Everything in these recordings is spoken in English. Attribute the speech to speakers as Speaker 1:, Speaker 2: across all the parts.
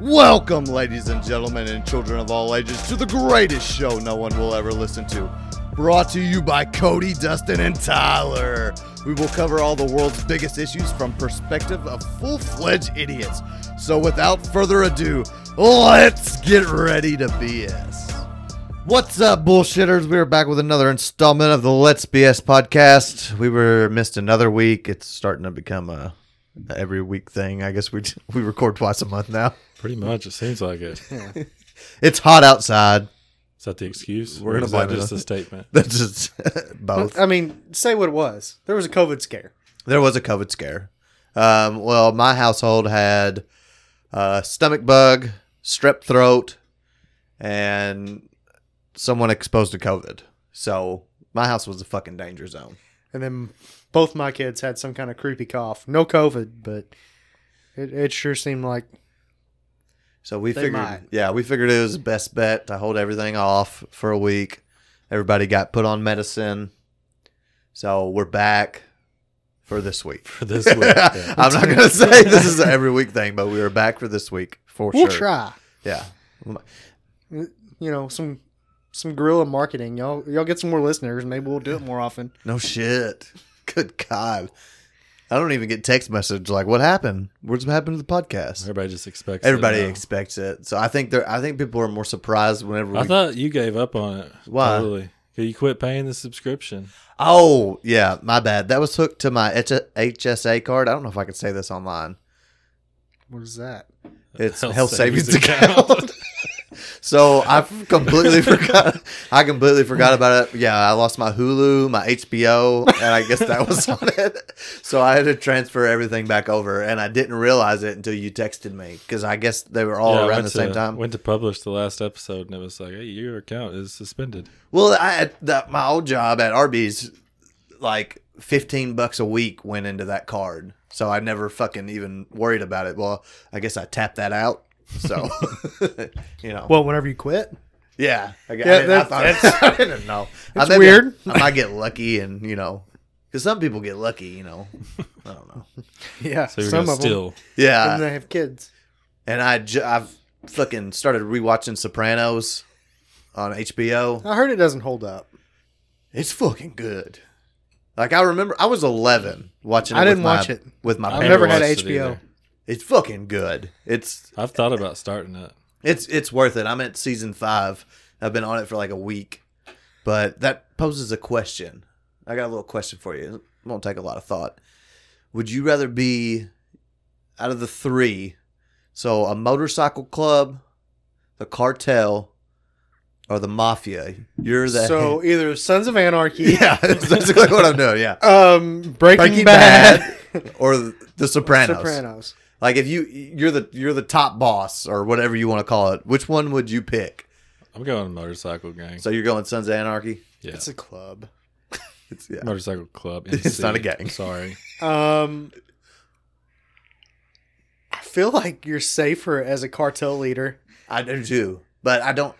Speaker 1: Welcome, ladies and gentlemen, and children of all ages, to the greatest show no one will ever listen to. Brought to you by Cody, Dustin, and Tyler. We will cover all the world's biggest issues from perspective of full-fledged idiots. So without further ado, let's get ready to BS. What's up, bullshitters? We are back with another installment of the Let's BS podcast. We were missed another week. It's starting to become a every week thing. I guess we we record twice a month now.
Speaker 2: Pretty much, it seems like it. Is
Speaker 1: It's hot outside.
Speaker 2: that the excuse?
Speaker 1: We're
Speaker 2: Or
Speaker 1: gonna
Speaker 2: is that
Speaker 1: blame it
Speaker 2: just
Speaker 1: on-
Speaker 2: a statement.
Speaker 1: That's just both.
Speaker 3: I mean, say what it was. There was a COVID scare.
Speaker 1: There was a COVID scare. Um, well, my household had uh, stomach bug, strep throat, and someone exposed to COVID. So my house was a fucking danger zone.
Speaker 3: And then both my kids had some kind of creepy cough. No COVID, but it, it sure seemed like
Speaker 1: So we
Speaker 3: They
Speaker 1: figured,
Speaker 3: might.
Speaker 1: yeah, we figured it was the best bet to hold everything off for a week. Everybody got put on medicine. So we're back for this week.
Speaker 2: For this week, yeah.
Speaker 1: I'm not gonna say this is an every week thing, but we are back for this week for
Speaker 3: we'll
Speaker 1: sure.
Speaker 3: try.
Speaker 1: Yeah,
Speaker 3: You know, some some guerrilla marketing. Y'all y'all get some more listeners. Maybe we'll do it more often.
Speaker 1: no shit. Good God, I don't even get text message like what happened. What's happened to the podcast?
Speaker 2: everybody just expects. it
Speaker 1: Everybody
Speaker 2: now.
Speaker 1: expects it, so I think they're. I think people are more surprised whenever.
Speaker 2: I
Speaker 1: We,
Speaker 2: thought you gave up on it.
Speaker 1: Why?
Speaker 2: Totally. 'Cause You quit paying the subscription.
Speaker 1: oh yeah, my bad. That was hooked to my H- HSA card. I don't know if I could say this online.
Speaker 3: What is that?
Speaker 1: It's health,
Speaker 2: Health
Speaker 1: savings,
Speaker 2: savings
Speaker 1: account. so I completely forgot. I completely forgot about it. Yeah, I lost my Hulu, my HBO, and I guess that was on it. So I had to transfer everything back over, and I didn't realize it until you texted me because I guess they were all
Speaker 2: Yeah, I
Speaker 1: around
Speaker 2: went
Speaker 1: the
Speaker 2: to-
Speaker 1: same time.
Speaker 2: Went to publish the last episode, and it was like, "Hey, your account is suspended."
Speaker 1: Well, I at that my old job at Arby's, like fifteen bucks a week went into that card, so I never fucking even worried about it. Well, I guess I tapped that out. So, you know,
Speaker 3: Well, whenever you quit,
Speaker 1: yeah, I, yeah, I,
Speaker 3: Yeah,
Speaker 1: didn't- I
Speaker 3: that's-
Speaker 1: thought- I didn't know. I
Speaker 3: it's
Speaker 1: maybe-
Speaker 3: weird.
Speaker 1: I might get lucky, and you know, because some people get lucky, you know. I don't know.
Speaker 3: yeah,
Speaker 2: So you're
Speaker 3: some
Speaker 2: gonna
Speaker 3: of them.
Speaker 2: still
Speaker 1: Yeah,
Speaker 3: And they have kids.
Speaker 1: and I ju- I've fucking started rewatching Sopranos on HBO.
Speaker 3: I heard it doesn't hold up.
Speaker 1: It's fucking good. Like I remember, I was 11 watching. It
Speaker 3: I didn't
Speaker 1: with my-
Speaker 3: watch it.
Speaker 1: with my
Speaker 2: I've
Speaker 1: parents.
Speaker 3: never had
Speaker 2: watched it
Speaker 3: HBO.
Speaker 2: either.
Speaker 1: It's fucking good. It's
Speaker 2: I've thought about starting it.
Speaker 1: it's it's worth it. I'm at season five. I've been on it for like a week, but that poses a question. I got a little question for you. It won't take a lot of thought. Would you rather be out of the three, so a motorcycle club, the cartel, or the mafia? You're the
Speaker 3: So either Sons of Anarchy,
Speaker 1: yeah, that's exactly what I'm doing. Yeah.
Speaker 3: um, Breaking,
Speaker 1: Breaking
Speaker 3: Bad,
Speaker 1: or the Sopranos.
Speaker 3: Sopranos.
Speaker 1: Like if you you're the you're the top boss or whatever you want to call it, which one would you pick?
Speaker 2: I'm going to motorcycle gang.
Speaker 1: So you're going Sons of Anarchy.
Speaker 2: yeah,
Speaker 3: It's a club.
Speaker 1: It's, yeah.
Speaker 2: motorcycle club.
Speaker 1: It's
Speaker 2: NC.
Speaker 1: not a gang.
Speaker 2: I'm sorry.
Speaker 3: Um, I feel like you're safer as a cartel leader.
Speaker 1: I do too, but I don't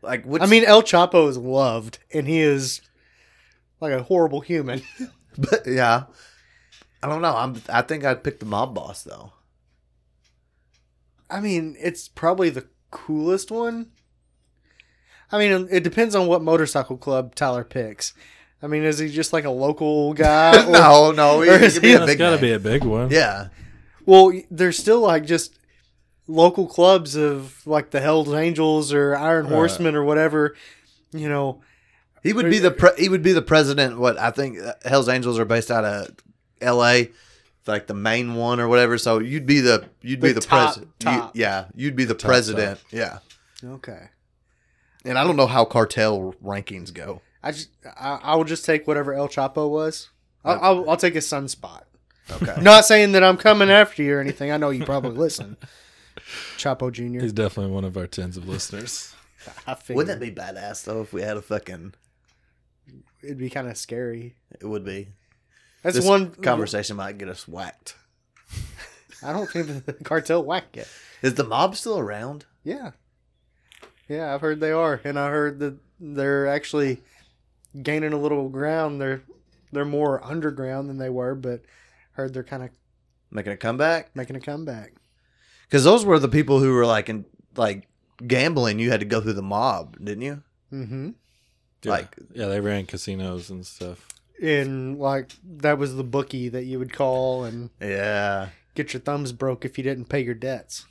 Speaker 1: like. Which,
Speaker 3: I mean, El Chapo is loved, and he is like a horrible human.
Speaker 1: but, yeah. I don't know. I'm. I think I'd pick the mob boss though.
Speaker 3: I mean, it's probably the coolest one. I mean, it depends on what motorcycle club Tyler picks. I mean, is he just like a local guy? or-
Speaker 1: no, no,
Speaker 3: or
Speaker 1: it,
Speaker 3: is
Speaker 1: could be
Speaker 3: he-
Speaker 1: a
Speaker 2: That's
Speaker 1: big
Speaker 2: got to
Speaker 1: name.
Speaker 2: be a big one.
Speaker 1: Yeah,
Speaker 3: Well, there's still like just local clubs of like the Hell's Angels or Iron
Speaker 2: Right.
Speaker 3: Horsemen or whatever. You know,
Speaker 1: he would be the pre- he would be the president. What I think uh, Hell's Angels are based out of L.A. Like the main one or whatever, so you'd be the you'd be
Speaker 3: The
Speaker 1: the
Speaker 3: top-
Speaker 1: president.
Speaker 3: top.
Speaker 1: yeah, you'd be the
Speaker 2: top.
Speaker 1: president. Yeah,
Speaker 3: okay.
Speaker 1: And I don't know how cartel rankings go.
Speaker 3: I just I, I will just take whatever El Chapo was. I'll, I'll, I'll take his sunspot.
Speaker 1: Okay.
Speaker 3: Not saying that I'm coming after you or anything. I know you probably listen, Chapo Junior.
Speaker 2: He's definitely one of our tens of listeners.
Speaker 3: I figured
Speaker 1: Wouldn't that be badass though if we had a fucking
Speaker 3: it'd be kind of scary.
Speaker 1: it would be.
Speaker 3: That's
Speaker 1: this
Speaker 3: one
Speaker 1: conversation might get us whacked.
Speaker 3: I don't think the cartel whacked yet.
Speaker 1: Is the mob still around?
Speaker 3: Yeah, yeah. I've heard they are, and I heard that they're actually gaining a little ground. They're they're more underground than they were, but heard they're kind of
Speaker 1: Making a comeback?
Speaker 3: making a comeback.
Speaker 1: Because those were the people who were like in like gambling. You had to go through the mob, didn't you?
Speaker 3: Mm-hmm.
Speaker 2: Yeah.
Speaker 1: Like-
Speaker 2: yeah, they ran casinos and stuff.
Speaker 3: And like that was the bookie that you would call and
Speaker 1: Yeah,
Speaker 3: get your thumbs broke if you didn't pay your debts.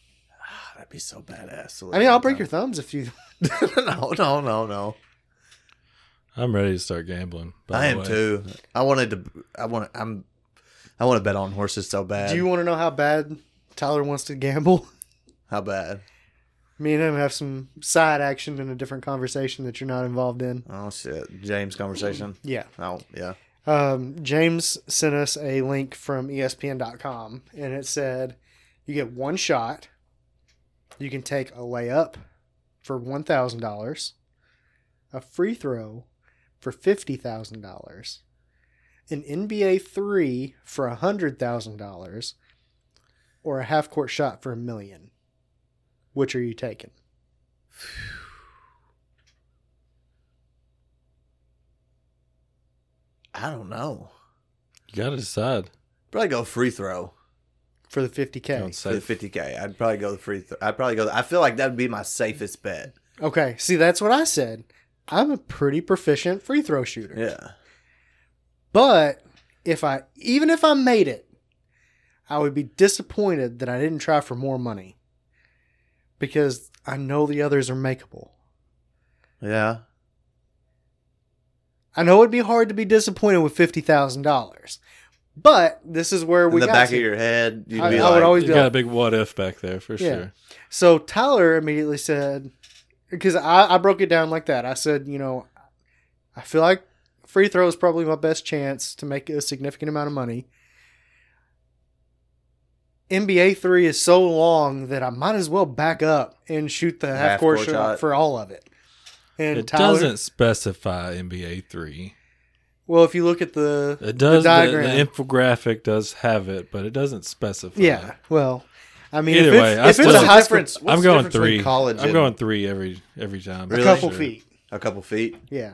Speaker 1: that'd be so badass. to
Speaker 3: I mean, I'll
Speaker 1: live
Speaker 3: break your
Speaker 1: in
Speaker 3: thumbs if you.
Speaker 1: that. no, no, no, no.
Speaker 2: I'm ready to start gambling. by
Speaker 1: I
Speaker 2: the
Speaker 1: am
Speaker 2: way.
Speaker 1: too. I wanted to. I want. I'm. I want to bet on horses so bad.
Speaker 3: Do you want to know how bad Tyler wants to gamble?
Speaker 1: How bad?
Speaker 3: Me and him have some side action in a different conversation that you're not involved in.
Speaker 1: Oh shit, James conversation.
Speaker 3: Yeah.
Speaker 1: Oh yeah.
Speaker 3: Um, James sent us a link from E ESPN.com, and it said you get one shot. You can take a layup for one thousand dollars, a free throw for fifty thousand dollars, an NBA three for a hundred thousand dollars, or a half court shot for a million. Which are you taking?
Speaker 1: I don't know.
Speaker 2: You gotta decide.
Speaker 1: Probably go free throw
Speaker 3: For the fifty K.
Speaker 2: Don't
Speaker 1: for the
Speaker 2: say.
Speaker 1: fifty k. I'd probably go the free throw. I'd probably go. I feel like that would be my safest bet.
Speaker 3: Okay, see that's what I said. I'm a pretty proficient free throw shooter.
Speaker 1: Yeah.
Speaker 3: But if I even if I made it, I would be disappointed that I didn't try for more money. Because I know the others are makeable.
Speaker 1: Yeah.
Speaker 3: I know it'd be hard to be disappointed with fifty thousand dollars. But this is where
Speaker 1: In
Speaker 3: we
Speaker 1: the
Speaker 3: got
Speaker 1: back
Speaker 3: to.
Speaker 1: of your head, you'd
Speaker 3: I-
Speaker 1: be
Speaker 3: I
Speaker 1: like,
Speaker 3: would always
Speaker 2: You
Speaker 3: be
Speaker 2: got a
Speaker 3: like,
Speaker 2: big what if back there for
Speaker 3: Yeah.
Speaker 2: sure.
Speaker 3: so Tyler immediately said because I, I broke it down like that. I said, you know, I feel like free throw is probably my best chance to make a significant amount of money. NBA three is so long that I might as well back up and shoot the half court
Speaker 1: Half-court
Speaker 3: shot,
Speaker 1: shot.
Speaker 3: for all of it. And
Speaker 2: It
Speaker 3: Tyler,
Speaker 2: doesn't specify NBA three.
Speaker 3: Well, if you look at the
Speaker 2: It does. The,
Speaker 3: diagram.
Speaker 2: the infographic does have it, but it doesn't specify.
Speaker 3: yeah, well, I mean,
Speaker 2: Either
Speaker 3: if it's,
Speaker 2: way,
Speaker 3: if
Speaker 2: I
Speaker 3: it's
Speaker 2: still-
Speaker 3: a high
Speaker 1: Difference-
Speaker 3: school,
Speaker 1: What's
Speaker 2: I'm
Speaker 1: the
Speaker 2: going
Speaker 1: difference between
Speaker 2: three.
Speaker 1: college
Speaker 2: I'm
Speaker 1: and-
Speaker 2: going three every every time.
Speaker 3: a
Speaker 1: Really?
Speaker 3: couple
Speaker 2: Sure.
Speaker 3: feet,
Speaker 1: a couple feet,
Speaker 3: yeah,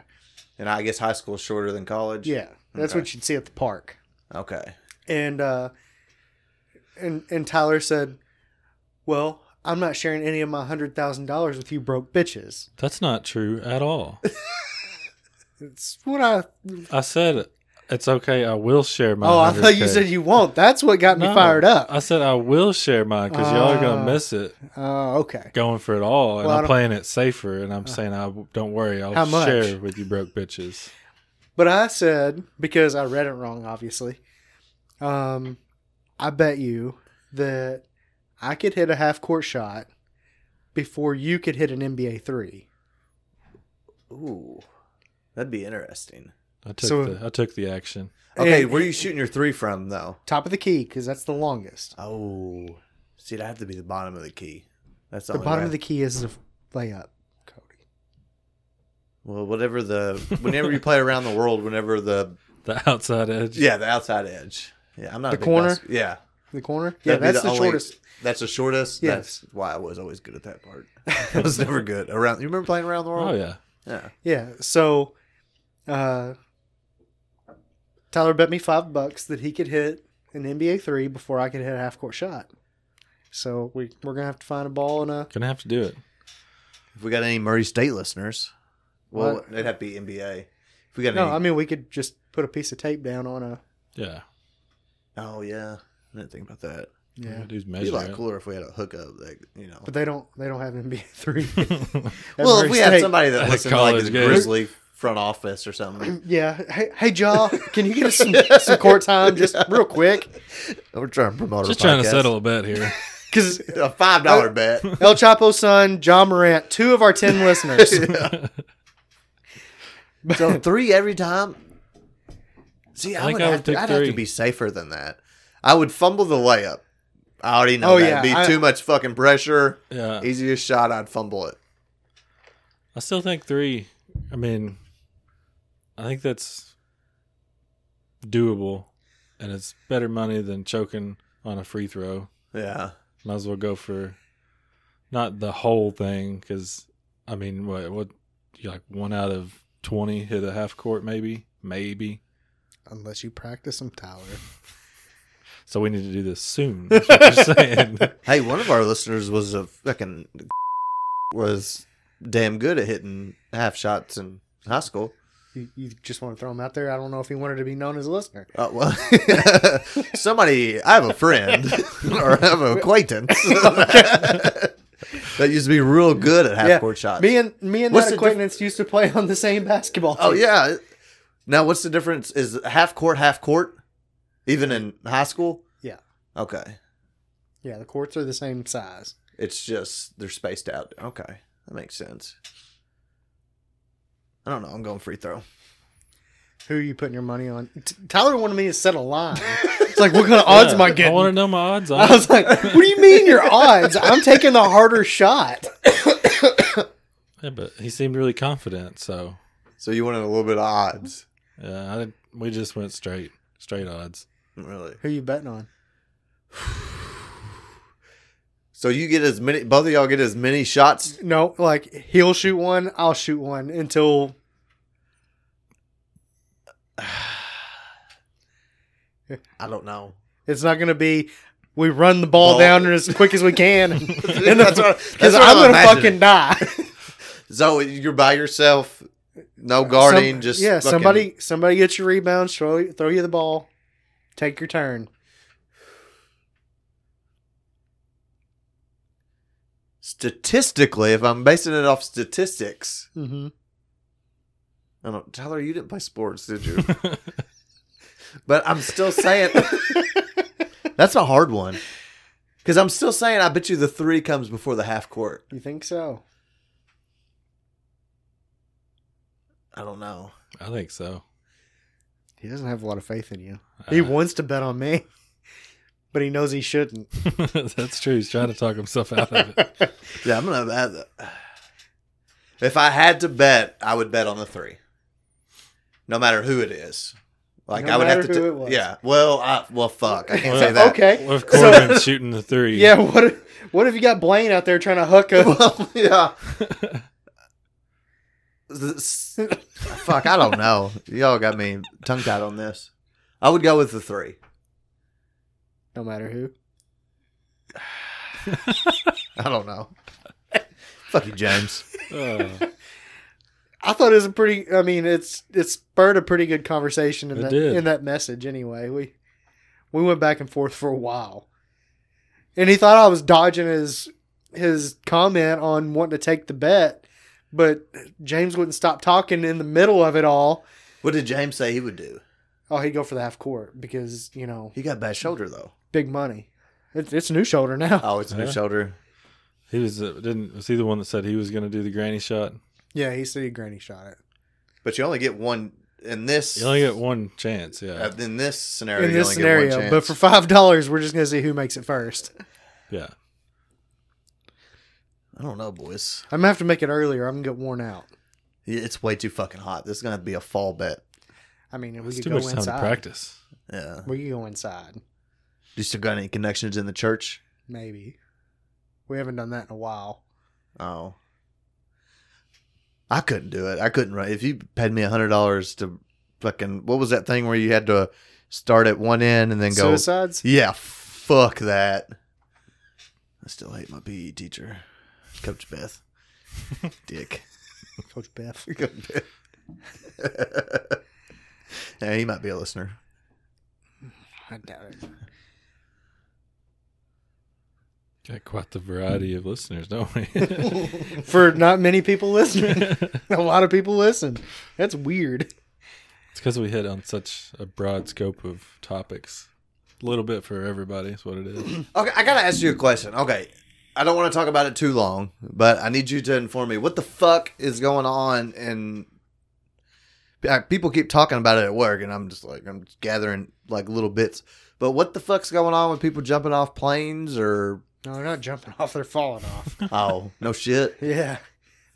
Speaker 1: and I guess high school's shorter than college.
Speaker 3: yeah, that's
Speaker 1: Okay.
Speaker 3: what you'd see at the park.
Speaker 1: Okay.
Speaker 3: and uh and and Tyler said, "Well, I'm not sharing any of my hundred thousand dollars with you broke bitches."
Speaker 2: That's not true at all.
Speaker 3: It's what I.
Speaker 2: I said it's okay. I will share my.
Speaker 3: oh, I thought you
Speaker 2: 100K.
Speaker 3: said you won't. That's what got me
Speaker 2: No.
Speaker 3: fired up.
Speaker 2: I said I will share mine because y'all are gonna
Speaker 3: Ah.
Speaker 2: miss it
Speaker 3: Oh, okay.
Speaker 2: going for it all, and
Speaker 3: Well, I
Speaker 2: I'm
Speaker 3: don't-
Speaker 2: playing it safer. And I'm saying I don't worry. I'll
Speaker 3: How much?
Speaker 2: share with you broke bitches.
Speaker 3: But I said because I read it wrong, obviously. Um, I bet you that I could hit a half court shot before you could hit an NBA three.
Speaker 1: Ooh, that'd be interesting.
Speaker 2: I took
Speaker 3: So-
Speaker 2: the I took the action.
Speaker 1: Okay,
Speaker 3: And-
Speaker 1: where are you shooting your three from though?
Speaker 3: Top of the key because that's the longest.
Speaker 1: Oh, see, that'd have to be the bottom of the key. That's the,
Speaker 3: The bottom of the key is the layup, Cody.
Speaker 1: well, whatever the whenever you play around the world, whenever the
Speaker 2: The outside edge.
Speaker 1: yeah the outside edge. Yeah, I'm not
Speaker 3: The
Speaker 1: a big
Speaker 3: corner?
Speaker 1: bas- yeah,
Speaker 3: The corner?
Speaker 1: That'd
Speaker 3: Yeah,
Speaker 1: be
Speaker 3: that's the,
Speaker 1: only-
Speaker 3: shortest.
Speaker 1: That's the shortest.
Speaker 3: Yeah.
Speaker 1: That's why I was always good at that part. I was never good around. You remember playing around the world?
Speaker 2: Oh yeah.
Speaker 1: yeah.
Speaker 3: Yeah. So, uh, Tyler bet me five bucks that he could hit an NBA three before I could hit a half court shot. So we we're gonna have to find a ball and a
Speaker 2: Gonna have to do it.
Speaker 1: If we got any Murray State listeners, well,
Speaker 3: What?
Speaker 1: it'd have to be NBA. If we got
Speaker 3: no.
Speaker 1: any,
Speaker 3: I mean, we could just put a piece of tape down on a
Speaker 2: Yeah.
Speaker 1: oh yeah, I didn't think about that.
Speaker 3: yeah.
Speaker 2: Dude's
Speaker 1: It'd be a
Speaker 2: measuring.
Speaker 1: lot cooler if we had a hookup, like you know.
Speaker 3: But they don't they don't have NBA three.
Speaker 2: it.
Speaker 3: at
Speaker 1: well, if
Speaker 3: Murray
Speaker 1: we had
Speaker 3: State.
Speaker 1: somebody that
Speaker 2: At a
Speaker 1: listened to like
Speaker 2: college
Speaker 1: his
Speaker 2: game.
Speaker 1: Grizzly front office or something,
Speaker 3: Yeah. Hey, hey, Jaw, can you get us some, some court time just real quick?
Speaker 1: we're trying to promote.
Speaker 2: Just
Speaker 1: our
Speaker 2: trying to
Speaker 1: podcast.
Speaker 2: settle a bet here.
Speaker 3: Because
Speaker 1: a five
Speaker 3: Uh,
Speaker 1: dollar bet.
Speaker 3: El Chapo's son, John Morant, two of our ten listeners.
Speaker 1: So three every time. See, I,
Speaker 2: think
Speaker 1: would,
Speaker 2: I would
Speaker 1: have to.
Speaker 2: pick
Speaker 1: I'd have to
Speaker 2: three.
Speaker 1: be safer than that. I would fumble the layup. I already know
Speaker 3: Oh,
Speaker 1: that'd be
Speaker 3: yeah, I-
Speaker 1: too much fucking pressure.
Speaker 2: yeah.
Speaker 1: Easiest shot, I'd fumble it.
Speaker 2: I still think three. I mean, I think that's doable, and it's better money than choking on a free throw.
Speaker 1: Yeah,
Speaker 2: Might as well go for not the whole thing because I mean, what what you like one out of twenty hit a half court maybe maybe.
Speaker 3: Unless you practice them, Tyler.
Speaker 2: So we need to do this soon. is what you're saying.
Speaker 1: Hey, one of our listeners was a fucking was damn good at hitting half shots in high school.
Speaker 3: You, you just want to throw him out there. I don't know if he wanted to be known as a listener.
Speaker 1: Uh, well, somebody, I have a friend or I have an acquaintance that used to be real good at half
Speaker 3: Yeah,
Speaker 1: court shots.
Speaker 3: Me and me and
Speaker 1: What's
Speaker 3: that
Speaker 1: the diff-
Speaker 3: acquaintance used to play on the same basketball.
Speaker 1: oh
Speaker 3: team.
Speaker 1: yeah. Now, what's the difference? Is half court half court even in high school?
Speaker 3: Yeah.
Speaker 1: Okay.
Speaker 3: yeah. The courts are the same size.
Speaker 1: It's just they're spaced out. Okay, that makes sense. I don't know. I'm going free throw.
Speaker 3: Who are you putting your money on? T- Tyler wanted me to set a line. It's like, what kind of odds am I
Speaker 2: Yeah,
Speaker 3: getting?
Speaker 2: I want to know my odds.
Speaker 3: I was like, what do you mean your odds? I'm taking the harder shot.
Speaker 2: yeah, but he seemed really confident. So
Speaker 1: So you wanted a little bit of odds,
Speaker 2: yeah, I, we just went straight, straight odds.
Speaker 1: Mm-hmm. really?
Speaker 3: Who you betting on?
Speaker 1: So you get as many. Both of y'all get as many shots.
Speaker 3: No, like he'll shoot one, I'll shoot one until.
Speaker 1: I don't know.
Speaker 3: It's not going to be we run the ball
Speaker 1: Ball.
Speaker 3: down as quick as we can. Because
Speaker 1: that's what, that's what
Speaker 3: I'm going to fucking
Speaker 1: imagining.
Speaker 3: die.
Speaker 1: So you're by yourself, no guarding,
Speaker 3: Some-
Speaker 1: just
Speaker 3: yeah.
Speaker 1: fucking-
Speaker 3: Somebody, somebody gets your rebounds, throw throw you the ball, take your turn.
Speaker 1: Statistically, if I'm basing it off statistics,
Speaker 3: Mm-hmm.
Speaker 1: I don't. Tyler, you didn't play sports, did you? but I'm still saying that's a hard one because I'm still saying I bet you the three comes before the half court.
Speaker 3: You think so?
Speaker 1: I don't know.
Speaker 2: I think so.
Speaker 3: He doesn't have a lot of faith in you.
Speaker 2: Uh,
Speaker 1: Uh-huh.
Speaker 3: He wants to bet on me, but he knows he shouldn't.
Speaker 2: Uh, that's true. He's trying to talk himself out of it.
Speaker 1: Yeah, I'm gonna. I- if I had to bet, I would bet on the three, no matter who it is. Like
Speaker 3: No
Speaker 1: I would have to.
Speaker 3: matter who
Speaker 1: t-
Speaker 3: it was.
Speaker 1: Yeah. Well, I well fuck. I can't
Speaker 2: Well,
Speaker 1: say that.
Speaker 3: Okay.
Speaker 2: What if Corbin's shooting the three?
Speaker 3: Yeah. What? If, what if you got Blaine out there trying to hook a?
Speaker 1: Well, yeah. This- fuck, I don't know. Y'all got me tongue tied on this. I would go with the three.
Speaker 3: No matter who.
Speaker 1: I don't know. Fuck you, James.
Speaker 2: Uh,
Speaker 3: I thought it was a pretty. I mean, it's it spurred a pretty good conversation in
Speaker 2: It
Speaker 3: that
Speaker 2: did.
Speaker 3: in that message. Anyway, we we went back and forth for a while, and he thought I was dodging his his comment on wanting to take the bet, but James wouldn't stop talking in the middle of it all.
Speaker 1: What did James say he would do?
Speaker 3: Oh, he'd go for the half court because you know
Speaker 1: He got bad shoulder though.
Speaker 3: big money. It's it's new shoulder now.
Speaker 1: Oh, it's a new
Speaker 2: Yeah.
Speaker 1: shoulder.
Speaker 2: he was uh, didn't was he the one that said he was going to do the granny shot?
Speaker 3: Yeah, he said he granny shot it.
Speaker 1: But you only get one in this.
Speaker 2: You only get one chance. Yeah,
Speaker 1: uh, in this scenario.
Speaker 3: In
Speaker 1: you
Speaker 3: this
Speaker 1: only get
Speaker 3: scenario,
Speaker 1: one
Speaker 3: but for
Speaker 1: chance.
Speaker 3: five dollars, we're just gonna see who makes it first.
Speaker 2: yeah.
Speaker 1: I don't know, boys.
Speaker 3: I'm gonna have to make it earlier. I'm gonna get worn out.
Speaker 1: It's way too fucking hot. This is gonna be a fall bet.
Speaker 3: I mean, we
Speaker 2: It's
Speaker 3: could
Speaker 2: too
Speaker 3: go
Speaker 2: much time
Speaker 3: inside.
Speaker 2: to practice.
Speaker 1: Yeah.
Speaker 3: We could go inside,
Speaker 1: You still got any connections in the church?
Speaker 3: maybe. We haven't done that in a while.
Speaker 1: Oh. I couldn't do it. I couldn't run. If you paid me a hundred dollars to fucking what was that thing where you had to start at one end and then go
Speaker 3: Suicides?
Speaker 1: Yeah, fuck that. I still hate my PE teacher. Coach Beth. Dick.
Speaker 3: Coach Beth.
Speaker 1: Coach Beth. yeah, he might be a listener.
Speaker 3: I doubt it.
Speaker 2: Got quite the variety of listeners, don't we?
Speaker 3: For not many people listening,
Speaker 2: it's
Speaker 3: a lot of people listen. That's weird.
Speaker 2: because we hit on such a broad scope of topics. A little bit for everybody is what it is.
Speaker 1: Okay, I gotta ask you a question. Okay, I don't want to talk about it too long, but I need you to inform me what the fuck is going on. And people keep talking about it at work, and I'm just like, I'm just gathering like little bits. But what the fuck's going on with people jumping off planes or
Speaker 3: No, they're not jumping off. They're falling off.
Speaker 1: oh no shit?
Speaker 3: yeah.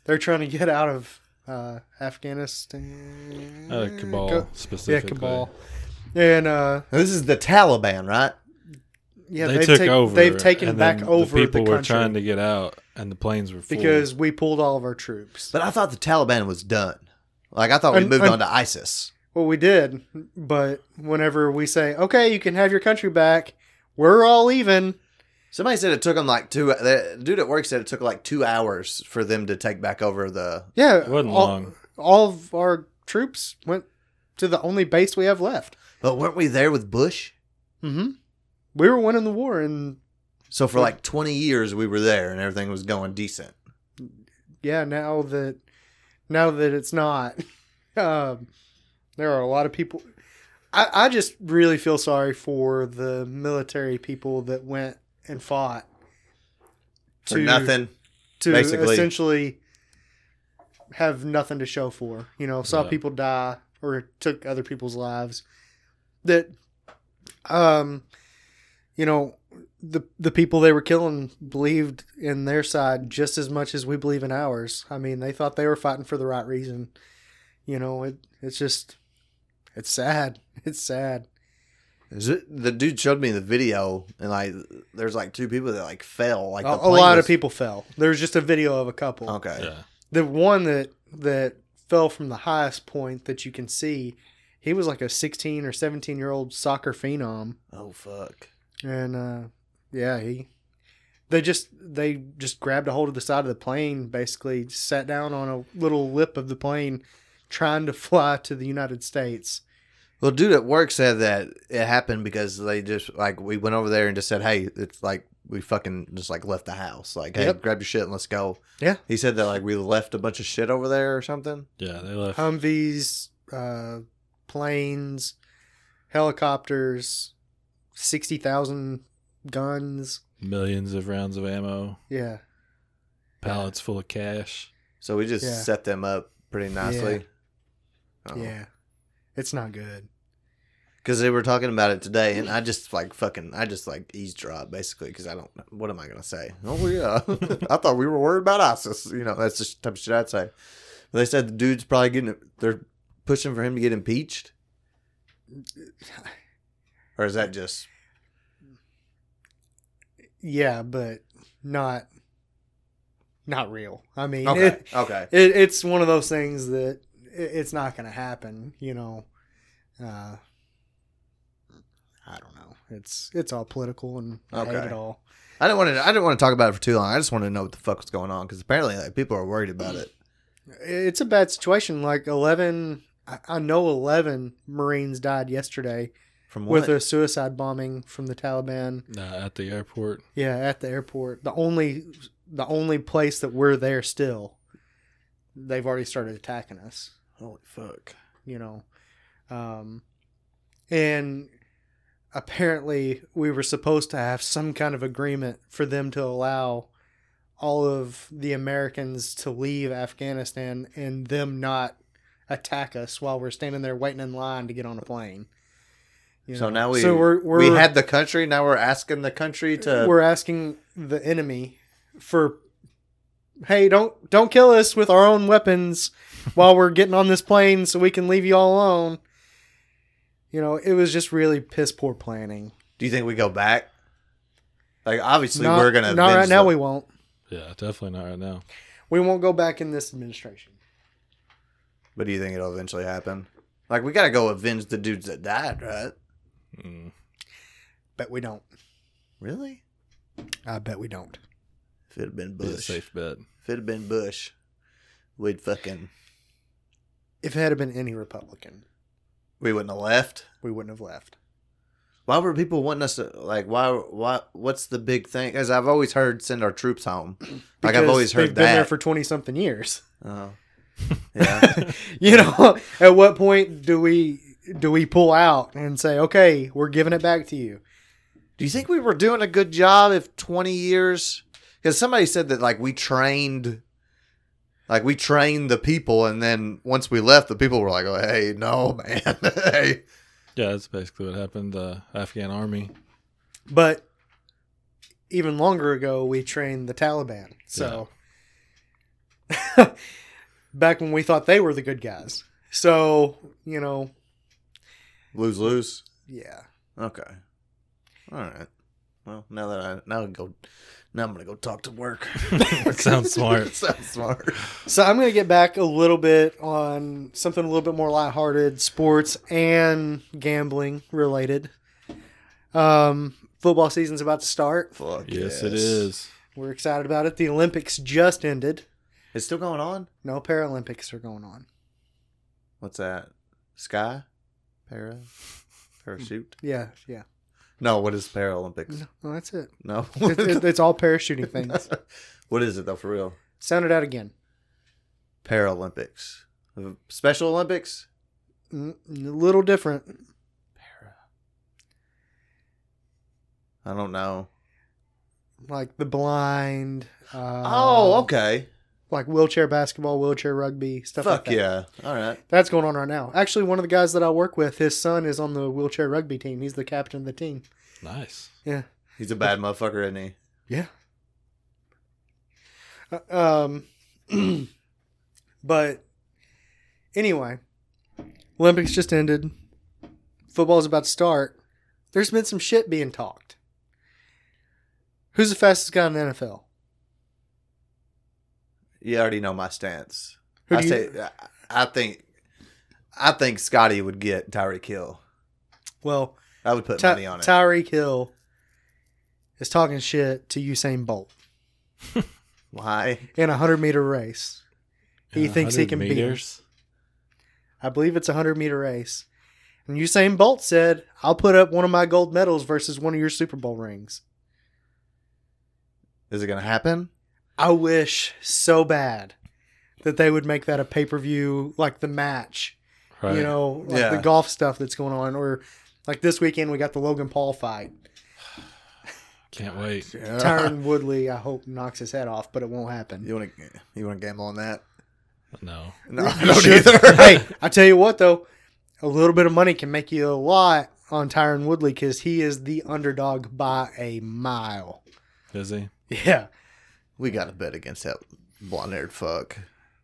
Speaker 3: They're trying to get out of uh, Afghanistan.
Speaker 2: Uh, Cabal
Speaker 3: Go- Yeah,
Speaker 2: specifically.
Speaker 3: Cabal. And uh,
Speaker 1: This is the Taliban, right?
Speaker 3: yeah,
Speaker 2: they
Speaker 3: they've,
Speaker 2: took
Speaker 3: take-
Speaker 2: over.
Speaker 3: they've taken
Speaker 2: and
Speaker 3: back
Speaker 2: then
Speaker 3: over
Speaker 2: The
Speaker 3: the,
Speaker 2: people were
Speaker 3: country
Speaker 2: trying to get out, and the planes were full.
Speaker 3: because we pulled all of our troops.
Speaker 1: But I thought the Taliban was done. Like I thought we
Speaker 3: Un-
Speaker 1: moved
Speaker 3: un-
Speaker 1: on to ISIS.
Speaker 3: Well, we did, but whenever we say, "Okay, you can have your country back," we're all even.
Speaker 1: Somebody said it took them like two. The dude at work said it took like two hours for them to take back over the.
Speaker 3: Yeah,
Speaker 2: It wasn't
Speaker 3: all,
Speaker 2: long.
Speaker 3: All of our troops went to the only base we have left.
Speaker 1: But weren't we there with Bush?
Speaker 3: Mm-hmm. We were winning the war, and
Speaker 1: So for like twenty years we were there, and everything was going decent.
Speaker 3: yeah, now that now that it's not, um, there are a lot of people. I, I just really feel sorry for the military people that went and fought
Speaker 1: For
Speaker 3: To-
Speaker 1: nothing.
Speaker 3: to
Speaker 1: Basically.
Speaker 3: essentially have nothing to show for. You know, saw
Speaker 2: Yeah.
Speaker 3: people die or took other people's lives. That, um, you know, the the people they were killing believed in their side just as much as we believe in ours. I mean, they thought they were fighting for the right reason. You know, it it's just it's sad. It's sad.
Speaker 1: Is it- The dude showed me the video, and like, there's like two people that like fell. Like
Speaker 3: A,
Speaker 1: the Oh,
Speaker 3: a lot of
Speaker 1: plane
Speaker 3: people fell. There's just a video of a couple.
Speaker 1: was- Okay.
Speaker 2: Yeah.
Speaker 3: the one that that fell from the highest point that you can see he was like a 16 or 17 year old soccer phenom
Speaker 1: Oh fuck.
Speaker 3: and uh yeah he they just they just grabbed a hold of the side of the plane basically sat down on a little lip of the plane trying to fly to the united states
Speaker 1: Well, dude at work said that it happened because they just like we went over there and just said, "Hey, it's like we fucking just like left the house. Like, hey,
Speaker 3: Yep.
Speaker 1: grab your shit and let's go."
Speaker 3: Yeah.
Speaker 1: He said that like we left a bunch of shit over there or something.
Speaker 2: Yeah. They left.
Speaker 3: Um, humvees uh planes helicopters 60,000 guns
Speaker 2: millions of rounds of ammo,
Speaker 3: yeah
Speaker 2: pallets full of cash.
Speaker 1: So we just
Speaker 3: Yeah.
Speaker 1: set them up pretty nicely. Oh.
Speaker 3: yeah it's not good
Speaker 1: Because they were talking about it today, and I just like fucking, I just like eavesdrop basically because I don't. What am I gonna say? Oh yeah, I thought we were worried about ISIS. You know, that's the type of shit I'd say. But they said the dude's probably getting. They're pushing for him to get impeached. Or is that just
Speaker 3: Yeah, but not not real. I mean,
Speaker 1: okay?
Speaker 3: it,
Speaker 1: okay.
Speaker 3: it, it's one of those things that it, it's not going to happen. You know, uh, I don't know. It's it's all political, and I hate
Speaker 1: Okay.
Speaker 3: it all.
Speaker 1: I didn't want to. I didn't want to talk about it for too long. I just wanted to know what the fuck was going on because apparently, like, people are worried about it.
Speaker 3: It's a bad situation. Like eleven, I, I know eleven Marines died yesterday
Speaker 1: From what?
Speaker 3: with a suicide bombing from the Taliban.
Speaker 2: Uh, at the airport,
Speaker 3: Yeah, at the airport. The only the only place that we're there still. They've already started attacking us.
Speaker 1: Holy fuck!
Speaker 3: you know. Um, and apparently, we were supposed to have some kind of agreement for them to allow all of the Americans to leave Afghanistan and them not attack us while we're standing there waiting in line to get on a plane. You
Speaker 1: So
Speaker 3: know?
Speaker 1: now we-
Speaker 3: so we're, we're
Speaker 1: we had the country. Now we're asking the country to.
Speaker 3: we're asking the enemy for hey don't don't kill us with our own weapons while we're getting on this plane so we can leave you all alone you know it was just really piss poor planning
Speaker 1: Do you think we go back? Like obviously
Speaker 3: not,
Speaker 1: we're gonna.
Speaker 3: not right
Speaker 1: avenge
Speaker 3: now
Speaker 1: the-
Speaker 3: we won't
Speaker 2: yeah, definitely not right now.
Speaker 3: we won't go back in this administration
Speaker 1: But do you think it'll eventually happen? Like we gotta go avenge the dudes that died, right?
Speaker 2: Mm.
Speaker 3: bet we don't
Speaker 1: Really?
Speaker 3: i bet we don't
Speaker 1: If it had been
Speaker 2: Be a
Speaker 1: Bush,
Speaker 2: safe bet.
Speaker 1: if it had been Bush, we'd fucking
Speaker 3: if it had been any republican
Speaker 1: we wouldn't have left.
Speaker 3: we wouldn't have left
Speaker 1: Why were people wanting us to like? Why? Why? What's the big thing? Because I've always heard send our troops home. Like I've
Speaker 3: Because
Speaker 1: always
Speaker 3: they've
Speaker 1: heard
Speaker 3: been there
Speaker 1: that.
Speaker 3: for 20 something years
Speaker 1: Oh. yeah.
Speaker 3: you know at what point do we do we pull out and say okay we're giving it back to you
Speaker 1: Do you think we were doing a good job if 20 years? Because somebody said that like we trained, like we trained the people, and then once we left, the people were like, oh, "Hey, no, man, hey."
Speaker 2: Yeah, that's basically what happened. The Afghan army.
Speaker 3: But even longer ago, we trained the Taliban. So back when we thought they were the good guys. So, you know,
Speaker 1: lose lose."
Speaker 3: yeah.
Speaker 1: Okay, all right. Well, now that I now I go, now I'm gonna go talk to work.
Speaker 2: That sounds smart.
Speaker 1: sounds smart.
Speaker 3: So I'm going to get back a little bit on something a little bit more lighthearted, sports and gambling related. Um, football season's about to start.
Speaker 1: Fuck
Speaker 2: Yes, it is.
Speaker 3: We're excited about it. The Olympics just ended.
Speaker 1: It's still going on.
Speaker 3: No Paralympics are going on.
Speaker 1: What's that? Sky, para, parachute.
Speaker 3: Yeah, yeah.
Speaker 1: No, what is Paralympics?
Speaker 3: Well, that's it.
Speaker 1: No,
Speaker 3: It's, it's- it's all parachuting things.
Speaker 1: what is it though? For real,
Speaker 3: Sound it out again.
Speaker 1: Paralympics, Special Olympics.
Speaker 3: Mm, A little different.
Speaker 1: Para. I don't know.
Speaker 3: Like the blind. Uh,
Speaker 1: oh, okay.
Speaker 3: Like wheelchair basketball, wheelchair rugby, stuff like
Speaker 1: Fuck
Speaker 3: that.
Speaker 1: yeah. All right.
Speaker 3: That's going on right now. Actually, one of the guys that I work with, his son is on the wheelchair rugby team. He's the captain of the team.
Speaker 2: Nice.
Speaker 3: Yeah.
Speaker 1: He's a bad motherfucker, isn't he?
Speaker 3: Yeah. Uh, um, but anyway, Olympics just ended. Football's about to start. There's been some shit being talked. Who's the fastest guy in the NFL?
Speaker 1: You already know my stance.
Speaker 3: Who
Speaker 1: I
Speaker 3: do you-
Speaker 1: say I- I think I think Scotty would get Tyreek Hill.
Speaker 3: Well,
Speaker 1: I would put
Speaker 3: Ty-
Speaker 1: money on it.
Speaker 3: Tyreek Hill is talking shit to Usain Bolt
Speaker 1: Why?
Speaker 3: in a 100 meter race. He thinks he
Speaker 2: 100
Speaker 3: can beat him.
Speaker 2: meters?
Speaker 3: I believe it's a 100 meter race. And Usain Bolt said, I'll put up one of my gold medals versus one of your Super Bowl rings.
Speaker 1: Is it gonna happen?
Speaker 3: I wish so bad that they would make that a pay per view, like the match,
Speaker 2: Right.
Speaker 3: you know, like
Speaker 1: Yeah.
Speaker 3: the golf stuff that's going on. Or like this weekend, we got the Logan Paul fight.
Speaker 2: Can't wait.
Speaker 3: Tyron Woodley, I hope, knocks his head off, but it won't happen.
Speaker 1: You want to you want to gamble on that?
Speaker 2: No.
Speaker 1: No, I
Speaker 3: You
Speaker 1: don't
Speaker 3: should.
Speaker 1: either.
Speaker 3: hey, I tell you what, though, a little bit of money can make you a lot on Tyron Woodley because he is the underdog by a mile.
Speaker 2: Is he?
Speaker 3: Yeah.
Speaker 1: We got to bet against that blonde-haired fuck.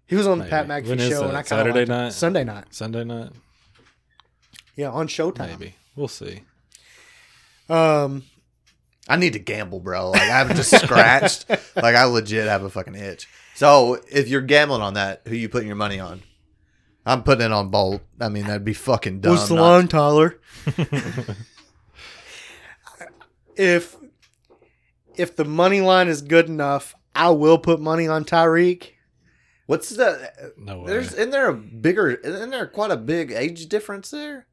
Speaker 3: He was on the
Speaker 2: Maybe.
Speaker 3: Pat McAfee
Speaker 2: When is
Speaker 3: show,
Speaker 2: that?
Speaker 3: and I kind of
Speaker 2: Saturday
Speaker 3: liked
Speaker 2: night?
Speaker 3: It. Sunday night,
Speaker 2: Sunday night?
Speaker 3: yeah, on Showtime.
Speaker 2: Maybe. We'll see.
Speaker 3: Um,
Speaker 1: I need to gamble, bro. Like I've just scratched. Like I legit have a fucking itch. So if you're gambling on that, who you putting your money on? I'm putting it on Bolt. I mean, that'd be fucking dumb.
Speaker 3: who's the
Speaker 1: not-
Speaker 3: long taller? if if the money line is good enough, I will put money on Tyreek.
Speaker 1: What's the?
Speaker 2: No way.
Speaker 1: There's isn't there a bigger? Isn't there quite a big age difference there?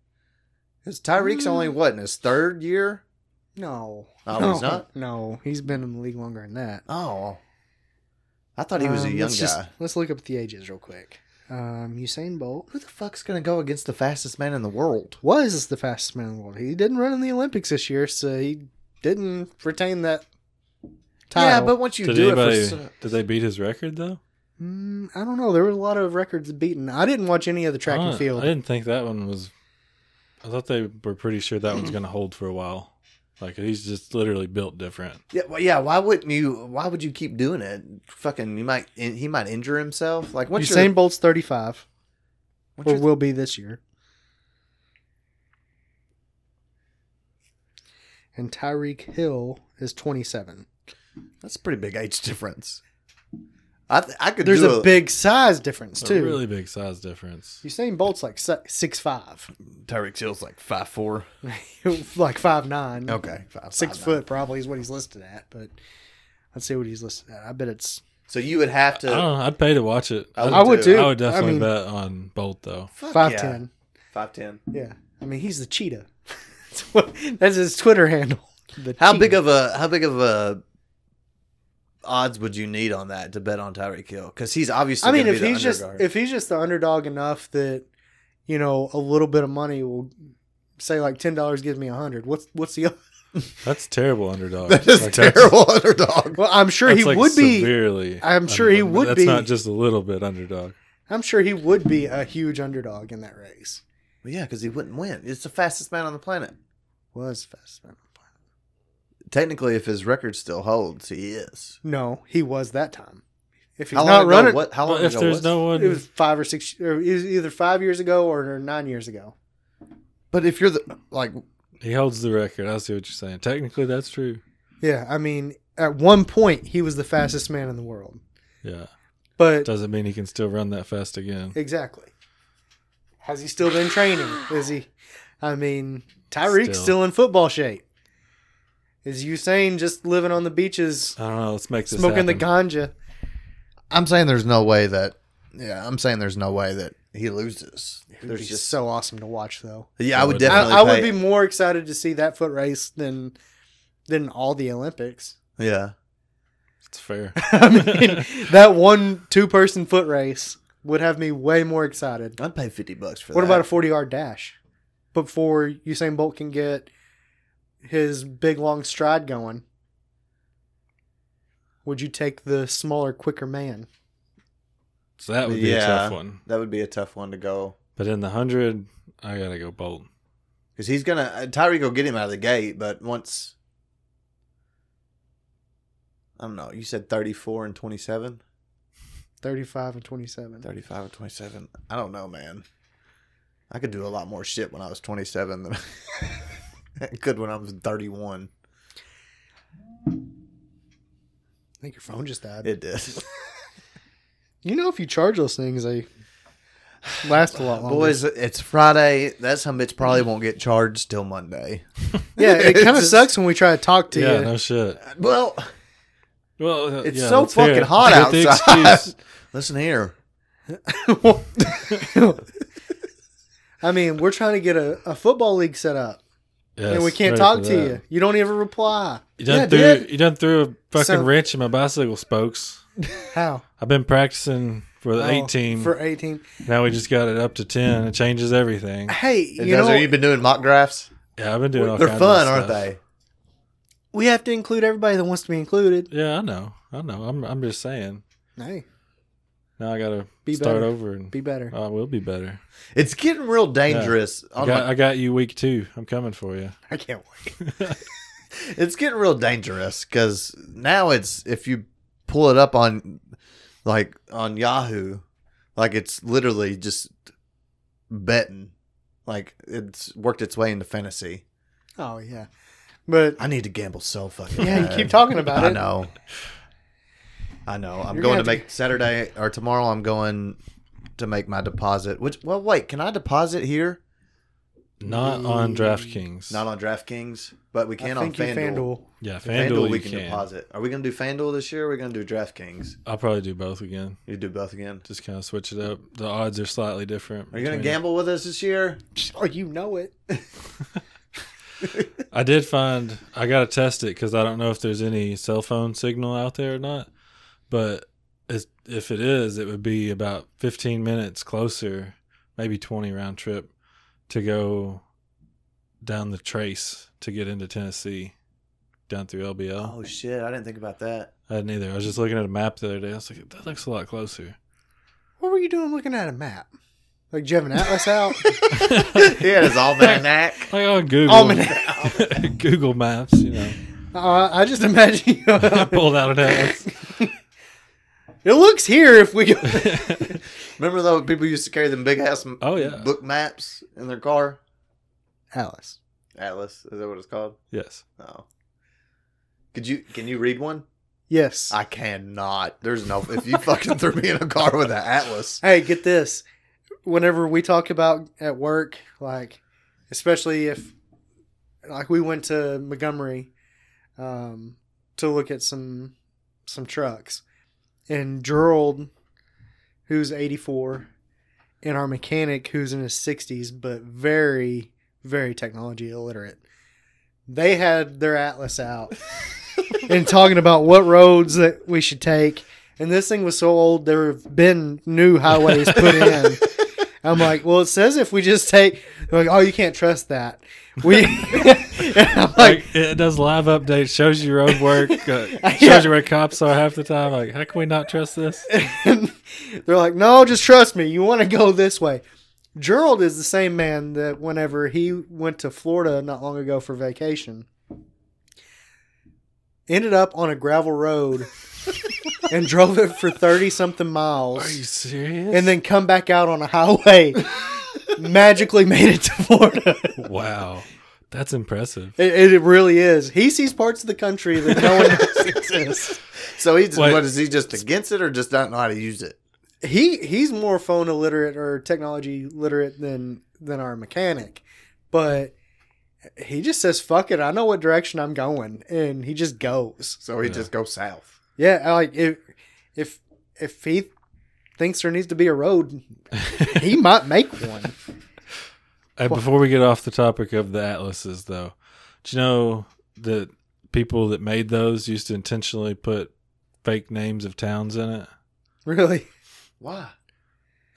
Speaker 1: Because
Speaker 2: Mm.
Speaker 1: Tyreek's only what in his third year?
Speaker 3: No,
Speaker 1: Oh,
Speaker 3: no,
Speaker 1: he's not?
Speaker 3: No, he's been in the league longer than that.
Speaker 1: Oh, I thought he was a
Speaker 3: Um,
Speaker 1: young
Speaker 3: let's
Speaker 1: guy.
Speaker 3: just- let's look up the ages real quick. Um, Usain Bolt
Speaker 1: Who the fuck's gonna go against the fastest man in the world?
Speaker 3: was the fastest man in the world. He didn't run in the Olympics this year, so he didn't retain that title.
Speaker 1: Yeah, but once you
Speaker 2: did
Speaker 1: do
Speaker 2: anybody,
Speaker 1: it for so-
Speaker 2: did they beat his record though?
Speaker 3: Mm, I don't know. There were a lot of records beaten. I didn't watch any of the track
Speaker 2: I
Speaker 3: and
Speaker 2: don't-
Speaker 3: field.
Speaker 2: I didn't think that one was. I thought they were pretty sure that one's going to hold for a while. Like he's just literally built different.
Speaker 1: Yeah, well, yeah. Why wouldn't you? Why would you keep doing it? Fucking, you might he might injure himself. Like once
Speaker 3: Usain Bolt's 35,
Speaker 1: you're,
Speaker 3: or
Speaker 1: once you're-
Speaker 3: will be this year. And Tyreek Hill is 27.
Speaker 1: that's a pretty big age difference. I th- I could
Speaker 3: There's
Speaker 1: do
Speaker 3: a big size difference,
Speaker 2: It's
Speaker 3: too.
Speaker 2: a really big size difference.
Speaker 3: Usain Bolt's like six five,
Speaker 1: Tyreek Hill's like five four.
Speaker 3: like five nine.
Speaker 1: Okay, five,
Speaker 3: six
Speaker 1: five,
Speaker 3: foot probably is what he's listed at. But let's see what he's listed at. I bet it's
Speaker 1: nine. So you would have
Speaker 2: I
Speaker 1: to
Speaker 2: don't know. I'd pay to watch it.
Speaker 1: I would
Speaker 2: I'd-
Speaker 1: too.
Speaker 2: I would definitely
Speaker 3: mean,
Speaker 2: bet on Bolt though.
Speaker 3: five ten.
Speaker 1: five ten.
Speaker 3: Yeah, I mean he's the cheetah. That's what- That's his Twitter handle. The
Speaker 1: How
Speaker 3: cheetah.
Speaker 1: big of a how big of a odds would you need on that to bet on Tyreek Hill? Because he's obviously.
Speaker 3: I mean,
Speaker 1: gonna
Speaker 3: if
Speaker 1: be the
Speaker 3: he's just
Speaker 1: underdog.
Speaker 3: if he's just the underdog enough that you know a little bit of money will say like ten dollars gives me a hundred. What's what's the other?
Speaker 2: That's terrible underdog.
Speaker 1: that is
Speaker 2: Like, that's-
Speaker 1: terrible underdog.
Speaker 3: Well, I'm sure
Speaker 2: that's,
Speaker 3: he
Speaker 2: like,
Speaker 3: would be.
Speaker 2: severely.
Speaker 3: I'm sure he
Speaker 2: underdog.
Speaker 3: would
Speaker 2: that's
Speaker 3: be.
Speaker 2: not just a little bit underdog.
Speaker 3: I'm sure he would be a huge underdog in that race.
Speaker 1: Well, yeah, because he wouldn't win. It's the fastest man on the planet.
Speaker 3: Was fast man.
Speaker 1: Technically, if his record still holds, he is.
Speaker 3: No, he was that time. If he's
Speaker 1: How long
Speaker 3: not
Speaker 1: ago?
Speaker 3: running,
Speaker 1: What? How long
Speaker 2: Well, if
Speaker 1: ago?
Speaker 2: there's
Speaker 1: was-
Speaker 2: no one,
Speaker 3: it was five or six. Or it was either five years ago or nine years ago.
Speaker 1: But if you're the like,
Speaker 2: he holds the record. I see what you're saying. Technically, that's true.
Speaker 3: Yeah, I mean, at one point he was the fastest man in the world,
Speaker 2: Yeah.
Speaker 3: but
Speaker 2: Doesn't mean he can still run that fast again.
Speaker 3: exactly. Has he still been training? Is he? I mean, Tyreek's
Speaker 2: Still.
Speaker 3: still. in football shape. Is Usain just living on the beaches,
Speaker 2: I don't know. Let's make this
Speaker 3: smoking the
Speaker 2: happen.
Speaker 3: ganja?
Speaker 1: I'm saying there's no way that. Yeah, I'm saying there's no way that he loses.
Speaker 3: It'd
Speaker 1: There's
Speaker 3: be
Speaker 1: just
Speaker 3: so awesome to watch, though.
Speaker 1: yeah, I
Speaker 2: I
Speaker 1: would
Speaker 2: would-
Speaker 3: I,
Speaker 1: definitely.
Speaker 3: I would
Speaker 1: pay-
Speaker 3: be more excited to see that foot race than than all the Olympics.
Speaker 1: Yeah,
Speaker 2: It's fair.
Speaker 3: I mean, that one two person foot race would have me way more excited.
Speaker 1: I'd pay fifty bucks for
Speaker 3: What
Speaker 1: that.
Speaker 3: about a forty yard dash before Usain Bolt can get his big long stride going? Would you take the smaller, quicker man?
Speaker 2: So that would be a
Speaker 1: Yeah.
Speaker 2: tough one.
Speaker 1: that would be a tough one to go
Speaker 2: But in the hundred, I gotta go bold.
Speaker 1: because he's gonna uh, Tyreek will get him out of the gate, but once I don't know. You said thirty four and twenty seven.
Speaker 3: Thirty five and twenty seven.
Speaker 1: 35 or 27. I don't know, man. I could do a lot more shit when I was 27 than I could when I was 31.
Speaker 3: I think your phone just died.
Speaker 1: It did.
Speaker 3: you know if you charge those things they last a lot longer.
Speaker 1: Boys, it's Friday. That some bitch probably won't get charged till Monday.
Speaker 3: Yeah, it kind of
Speaker 1: It's-
Speaker 3: sucks when we try to talk to
Speaker 2: Yeah,
Speaker 3: you.
Speaker 2: no shit.
Speaker 1: Well,
Speaker 2: Well, uh,
Speaker 1: it's
Speaker 2: yeah,
Speaker 1: so
Speaker 2: let's hear
Speaker 1: fucking
Speaker 2: it.
Speaker 1: hot
Speaker 2: Get the
Speaker 1: outside.
Speaker 2: excuse.
Speaker 1: Listen here.
Speaker 3: I mean, we're trying to get a, a football league set up,
Speaker 2: Yes,
Speaker 3: and we
Speaker 2: ready
Speaker 3: can't talk
Speaker 2: for
Speaker 3: to
Speaker 2: that.
Speaker 3: you. You don't even reply.
Speaker 2: You done
Speaker 3: Yeah,
Speaker 2: threw
Speaker 3: dude.
Speaker 2: you done threw a fucking
Speaker 3: So-
Speaker 2: wrench in my bicycle spokes.
Speaker 3: How?
Speaker 2: I've been practicing for the
Speaker 3: Oh,
Speaker 2: eighteen.
Speaker 3: For 18.
Speaker 2: now we just got it up to ten. It changes everything.
Speaker 3: Hey,
Speaker 1: It
Speaker 3: you
Speaker 1: does-
Speaker 3: know,
Speaker 1: have you been doing mock drafts?
Speaker 2: Yeah, I've been doing. All
Speaker 1: They're
Speaker 2: kinds
Speaker 1: fun,
Speaker 2: of
Speaker 1: aren't
Speaker 2: stuff.
Speaker 1: they?
Speaker 3: we have to include everybody that wants to be included.
Speaker 2: Yeah, I know. I know. I'm I'm just saying.
Speaker 3: Hey,
Speaker 2: Now I gotta
Speaker 3: Be
Speaker 2: start
Speaker 3: better.
Speaker 2: over Oh. and
Speaker 3: be better.
Speaker 2: I will be better.
Speaker 1: It's getting real dangerous.
Speaker 2: I
Speaker 1: on
Speaker 2: got,
Speaker 1: my-
Speaker 2: I got you week two. I'm coming for you.
Speaker 3: I can't wait.
Speaker 1: it's getting real dangerous because now it's if you pull it up on like on yahoo like it's literally just betting like it's worked its way into fantasy
Speaker 3: Oh, yeah. But
Speaker 1: i need to gamble so fucking
Speaker 3: yeah, you
Speaker 1: bad.
Speaker 3: keep talking about
Speaker 1: i
Speaker 3: it.
Speaker 1: know i know i'm
Speaker 3: You're
Speaker 1: going
Speaker 3: gonna
Speaker 1: to
Speaker 3: have to-
Speaker 1: make saturday or tomorrow i'm going to make my deposit which well wait can i deposit here Mm,
Speaker 2: Not on DraftKings.
Speaker 1: not on draftkings but we can
Speaker 3: I
Speaker 1: on
Speaker 3: think you
Speaker 1: fanduel,
Speaker 3: FanDuel.
Speaker 2: yeah,
Speaker 1: FanDuel,
Speaker 2: FanDuel. you
Speaker 1: we
Speaker 2: can,
Speaker 1: can, deposit. Are we going to do FanDuel this year? Or are we going to do DraftKings?
Speaker 2: I'll probably do both again.
Speaker 1: You do both again.
Speaker 2: Just kind of switch it up. The odds are slightly different.
Speaker 1: Are you gonna
Speaker 2: between-
Speaker 1: gamble with us this year?
Speaker 3: Oh, you know it.
Speaker 2: I did find I gotta test it because I don't know if there's any cell phone signal out there or not. But it's, if it is, it would be about 15 minutes closer, maybe 20 round trip, to go down the trace to get into Tennessee, down through LBL.
Speaker 1: Oh shit! I didn't think about that.
Speaker 2: I didn't either. I was just looking at a map the other day. I was like, that looks a lot closer.
Speaker 3: What were you doing looking at a map? Like, do you have an atlas out?
Speaker 2: like
Speaker 1: Yeah, it's all back.
Speaker 2: on oh, Google,
Speaker 3: Almanac.
Speaker 2: Google Maps, you know.
Speaker 3: uh, I just imagine you.
Speaker 2: I pulled out an atlas.
Speaker 3: it looks here if we go.
Speaker 1: Remember though, people used to carry them big ass m-
Speaker 2: Oh, yeah.
Speaker 1: book maps in their car.
Speaker 3: Alice.
Speaker 1: Atlas is that what it's called?
Speaker 2: yes.
Speaker 1: No. Could you can you read one?
Speaker 3: Yes.
Speaker 1: I cannot. There's no. If you fucking threw me in a car with an atlas,
Speaker 3: Hey, get this. Whenever we talk about at work, like, especially if, like, we went to Montgomery um, to look at some some trucks, and Gerald, who's eighty four, and our mechanic, who's in his sixties but very very technology illiterate, they had their atlas out and talking about what roads that we should take. And this thing was so old, there have been new highways put in. I'm like, well, it says if we just take, they're like, oh, you can't trust that. We, and I'm like,
Speaker 2: like it does live updates, shows you road work, uh,
Speaker 3: Yeah.
Speaker 2: shows you where cops are half the time. Like, how can we not trust this?
Speaker 3: and they're like, no, just trust me. You want to go this way. Gerald is the same man that whenever he went to Florida not long ago for vacation, ended up on a gravel road and drove it for 30 something
Speaker 2: Are you
Speaker 3: miles
Speaker 2: serious?
Speaker 3: and then come back out on a highway. magically made it to Florida.
Speaker 2: wow, That's impressive.
Speaker 3: It, it really is. He sees parts of the country that no one else exists.
Speaker 1: So he's
Speaker 2: Wait.
Speaker 1: what is he just against it or just not know how to use it?
Speaker 3: He he's more phone illiterate or technology literate than than our mechanic, but he just says fuck it. I know what direction I'm going, and he just goes.
Speaker 1: So he
Speaker 2: Yeah.
Speaker 1: just goes south.
Speaker 3: Yeah, I like if if if he thinks there needs to be a road, he might make one.
Speaker 2: Uh, before we get off the topic of the atlases, though, do you know that people that made those used to intentionally put fake names of towns in it?
Speaker 3: Really,
Speaker 1: Why?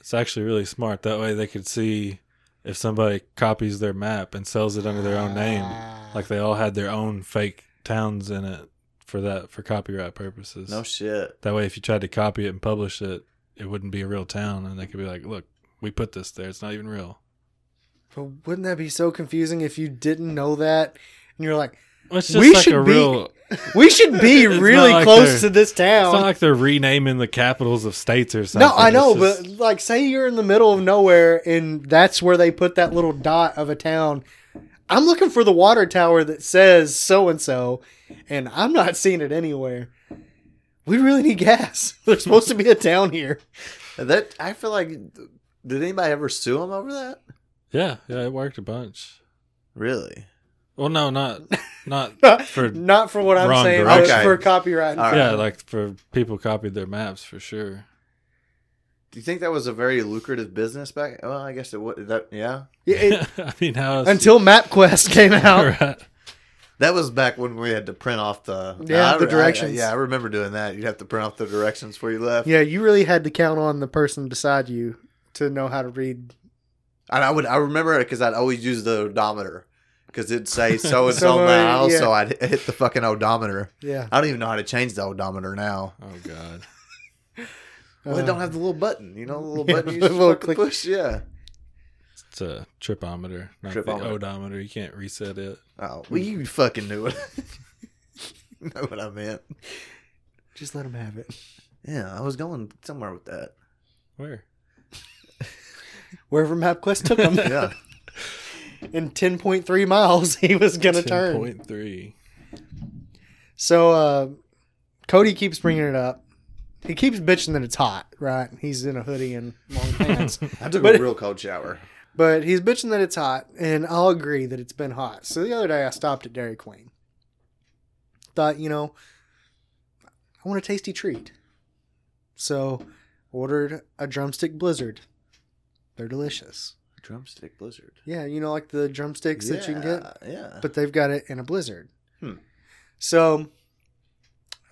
Speaker 2: It's actually really smart. That way, they could see if somebody copies their map and sells it under their own name.
Speaker 3: Ah,
Speaker 2: Like they all had their own fake towns in it for that for copyright purposes.
Speaker 1: No shit.
Speaker 2: that way, if you tried to copy it and publish it, it wouldn't be a real town, and they could be like, "Look, we put this there. It's not even real."
Speaker 3: but wouldn't that be so confusing if you didn't know that? And you're like,
Speaker 2: Well, It's just
Speaker 3: We
Speaker 2: like
Speaker 3: should
Speaker 2: a
Speaker 3: be-
Speaker 2: real.
Speaker 3: we should be
Speaker 2: It's not
Speaker 3: really
Speaker 2: like
Speaker 3: close
Speaker 2: they're-
Speaker 3: to this
Speaker 2: It's not
Speaker 3: town.
Speaker 2: like they're renaming the capitals of states or something.
Speaker 3: No, I
Speaker 2: It's
Speaker 3: know,
Speaker 2: just-
Speaker 3: but like, say you're in the middle of nowhere, and that's where they put that little dot of a town. I'm looking for the water tower that says so and so, and I'm not seeing it anywhere. We really need gas. There's supposed to be a town here.
Speaker 1: That I feel like did anybody ever sue him over that?
Speaker 2: yeah, yeah, it worked a bunch.
Speaker 1: Really?
Speaker 2: Well, no, not not for
Speaker 3: Not for what I'm
Speaker 2: Wrong
Speaker 3: saying,
Speaker 2: direction.
Speaker 3: but for copyright.
Speaker 1: All right.
Speaker 2: yeah, like for people copied their maps for sure.
Speaker 1: Do you think that was a very lucrative business back? Well, I guess it would. That, yeah,
Speaker 3: It- it-
Speaker 2: I mean, how else-
Speaker 3: until MapQuest came out.
Speaker 2: Right.
Speaker 1: that was back when we had to print off the
Speaker 3: Yeah,
Speaker 1: I-
Speaker 3: the
Speaker 1: I-
Speaker 3: directions.
Speaker 1: yeah, I remember doing that. You'd have to print off the directions where you left.
Speaker 3: Yeah, you really had to count on the person beside you to know how to read.
Speaker 1: And I would I remember it because I'd always use the odometer because it'd say so and so
Speaker 3: Somewhere,
Speaker 1: now,
Speaker 3: yeah.
Speaker 1: so I'd hit the fucking odometer.
Speaker 3: Yeah.
Speaker 1: I don't even know how to change the odometer now.
Speaker 2: Oh God.
Speaker 1: Well, it
Speaker 3: Uh,
Speaker 1: don't have the little button, you know, the little
Speaker 3: Yeah,
Speaker 1: button you
Speaker 3: the
Speaker 1: just
Speaker 3: little
Speaker 1: fucking
Speaker 3: click.
Speaker 1: push. Yeah.
Speaker 2: It's a tripometer, not
Speaker 1: Tripometer.
Speaker 2: the odometer. You can't reset it.
Speaker 1: Oh, well, you fucking knew it. You know what I meant?
Speaker 3: just let him have it.
Speaker 1: Yeah, I was going somewhere with that.
Speaker 2: Where?
Speaker 3: Wherever MapQuest took him.
Speaker 1: Yeah.
Speaker 3: in 10.3 miles he was gonna turn
Speaker 2: Point three.
Speaker 3: so uh cody keeps bringing it up he keeps bitching that it's hot right he's in a hoodie and long pants
Speaker 1: I took
Speaker 3: But-
Speaker 1: a real cold shower.
Speaker 3: but he's bitching that it's hot and i'll agree that it's been hot so the other day i stopped at dairy queen thought you know i want a tasty treat so ordered a drumstick blizzard they're delicious
Speaker 1: Drumstick blizzard.
Speaker 3: yeah you know like the drumsticks that you can get
Speaker 1: Yeah.
Speaker 3: but they've got it in a blizzard.
Speaker 1: Hmm.
Speaker 3: So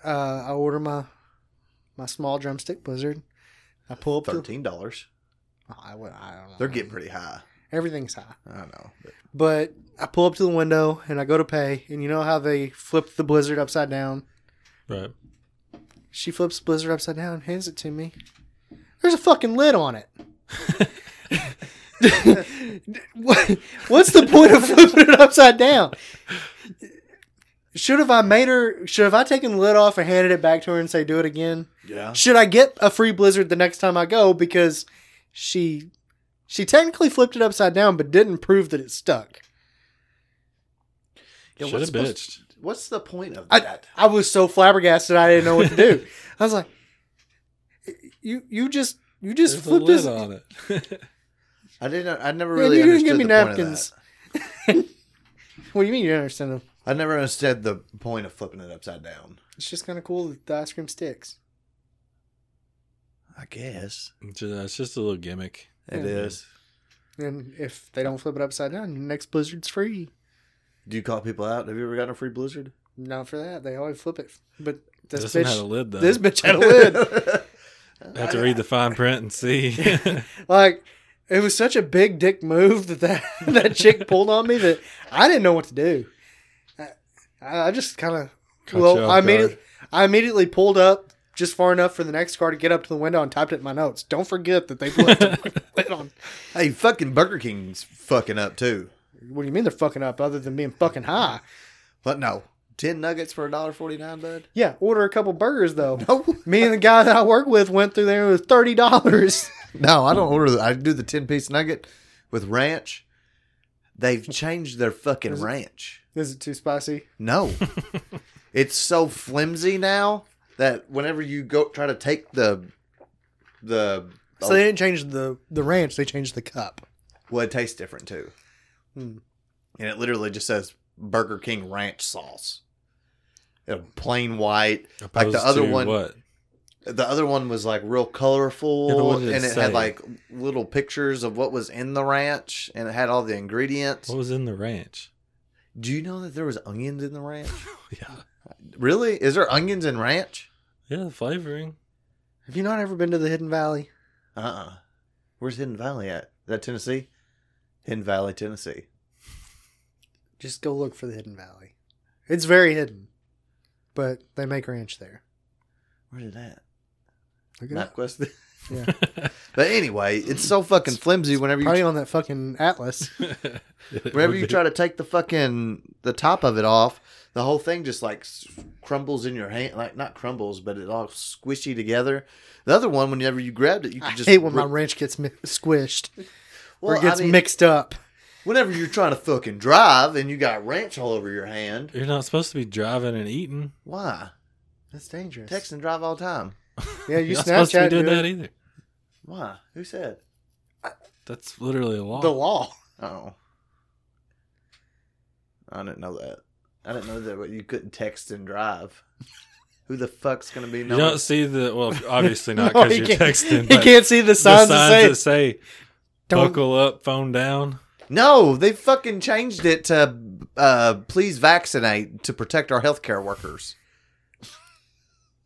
Speaker 3: uh, I order my my small drumstick blizzard. I pull up the.
Speaker 1: Thirteen dollars.
Speaker 3: Oh, I, would- I don't know.
Speaker 1: They're getting pretty high.
Speaker 3: Everything's high.
Speaker 1: I know. but-
Speaker 3: But I pull up to the window and I go to pay, and you know how they flip the blizzard upside down.
Speaker 2: Right.
Speaker 3: She flips the blizzard upside down, and hands it to me. There's a fucking lid on it. What- What's the point of flipping it upside down? Should have I made her? Should have I taken the lid off and handed it back to her and say, "Do it again"?
Speaker 1: Yeah.
Speaker 3: Should I get a free blizzard the next time I go because she she technically flipped it upside down but didn't prove that it stuck?
Speaker 1: Yeah, what's
Speaker 2: Should have
Speaker 1: supposed-
Speaker 2: bitched.
Speaker 1: What's the point of
Speaker 3: I-
Speaker 1: that?
Speaker 3: I was so flabbergasted I didn't know what to do. I was like, "You you just you just
Speaker 2: There's a
Speaker 3: flipped
Speaker 2: lid
Speaker 3: this
Speaker 2: on it.
Speaker 1: I, didn't. I never
Speaker 3: Yeah,
Speaker 1: really
Speaker 3: you
Speaker 1: understood
Speaker 3: didn't give me
Speaker 1: the point of
Speaker 3: napkins.
Speaker 1: that.
Speaker 3: What do you mean you don't understand them?
Speaker 1: I never understood the point of flipping it upside down.
Speaker 3: It's just kind of cool that the ice cream sticks.
Speaker 1: I guess
Speaker 2: It's just- it's just a little gimmick.
Speaker 1: it is.
Speaker 3: Yeah. And if they don't flip it upside down, your next blizzard's free.
Speaker 1: Do you call people out? Have you ever gotten a free blizzard?
Speaker 3: Not for that. They always flip it. But this,
Speaker 2: This, one had a
Speaker 3: bitch,
Speaker 2: lid though.
Speaker 3: this bitch had a lid.
Speaker 2: I have to read the fine print and see. That's
Speaker 3: Like, it was such a big dick move that that, that chick pulled on me that I didn't know what to do. I, I just kind of
Speaker 2: Caught you
Speaker 3: well,
Speaker 2: off
Speaker 3: I
Speaker 2: guard.
Speaker 3: immediately, I immediately pulled up just far enough for the next car to get up to the window and typed it in my notes. Don't forget that they put the lid on.
Speaker 1: Hey, fucking Burger King's fucking up too.
Speaker 3: What do you mean they're fucking up other than being fucking high?
Speaker 1: But no, ten nuggets for a dollar forty nine, bud.
Speaker 3: Yeah, order a couple burgers though.
Speaker 1: No,
Speaker 3: Me and the guy that I work with went through there. It was thirty dollars.
Speaker 1: no, I don't order. The, I do the ten piece nugget with ranch. They've changed their fucking
Speaker 3: Is it-
Speaker 1: ranch.
Speaker 3: Is it too spicy?
Speaker 1: No. it's so flimsy now that whenever you go try to take the the oh,
Speaker 3: So they didn't change the the ranch; they changed the cup.
Speaker 1: well, it tastes different too.
Speaker 3: Hmm.
Speaker 1: And it literally just says Burger King ranch sauce. You know, plain white.
Speaker 2: Opposed
Speaker 1: the other
Speaker 2: to
Speaker 1: one-
Speaker 2: What?
Speaker 1: The other one was like real
Speaker 2: Yeah, but
Speaker 1: colorful
Speaker 2: what did it
Speaker 1: and it
Speaker 2: say?
Speaker 1: had like little pictures of what was in the ranch and it had all the ingredients.
Speaker 2: What was in the ranch?
Speaker 1: Do you know that there was onions in the ranch?
Speaker 2: Yeah.
Speaker 1: really? Is there onions in ranch?
Speaker 2: Yeah, the flavoring.
Speaker 3: Have you not ever been to the Hidden Valley?
Speaker 1: Uh uh-uh. uh. Where's Hidden Valley at? Is that Tennessee? Hidden Valley, Tennessee.
Speaker 3: Just go look for the Hidden Valley. It's very hidden, but they make ranch there.
Speaker 1: Where did that?
Speaker 3: Look it up.
Speaker 1: MapQuest.
Speaker 3: Yeah.
Speaker 1: but anyway, it's so fucking flimsy whenever you
Speaker 3: Probably on that fucking atlas.
Speaker 1: Whenever you try to take the fucking the top of it off, the whole thing just like s- crumbles in your hand, like not crumbles, but it all squishy together. The other one, whenever you grabbed it, you
Speaker 3: I
Speaker 1: could just
Speaker 3: hate when
Speaker 1: rip-
Speaker 3: my ranch gets mi- squished
Speaker 1: well,
Speaker 3: or gets
Speaker 1: I mean,
Speaker 3: mixed up.
Speaker 1: Whenever you're trying to fucking drive and you got ranch all over your hand,
Speaker 2: You're not supposed to be driving and eating.
Speaker 1: why
Speaker 3: That's dangerous.
Speaker 1: text and drive all the time?
Speaker 3: Yeah, you
Speaker 2: You're not supposed to
Speaker 3: Snapchat
Speaker 2: be doing
Speaker 3: do it.
Speaker 2: that either.
Speaker 1: Why? Who said?
Speaker 2: That's literally a law.
Speaker 3: the law.
Speaker 1: Oh, I didn't know that. I didn't know that you couldn't text and drive. Who the fuck's gonna be?
Speaker 2: you
Speaker 1: knowing-
Speaker 2: don't see the well, obviously not
Speaker 3: No,
Speaker 2: because
Speaker 3: he
Speaker 2: you're
Speaker 3: can't-
Speaker 2: texting.
Speaker 3: He
Speaker 2: but
Speaker 3: can't see the
Speaker 2: the
Speaker 3: signs, that
Speaker 2: signs that
Speaker 3: say
Speaker 2: say
Speaker 3: "Don't
Speaker 2: buckle up, phone down.
Speaker 1: No, they fucking changed it to uh, please vaccinate to protect our healthcare workers.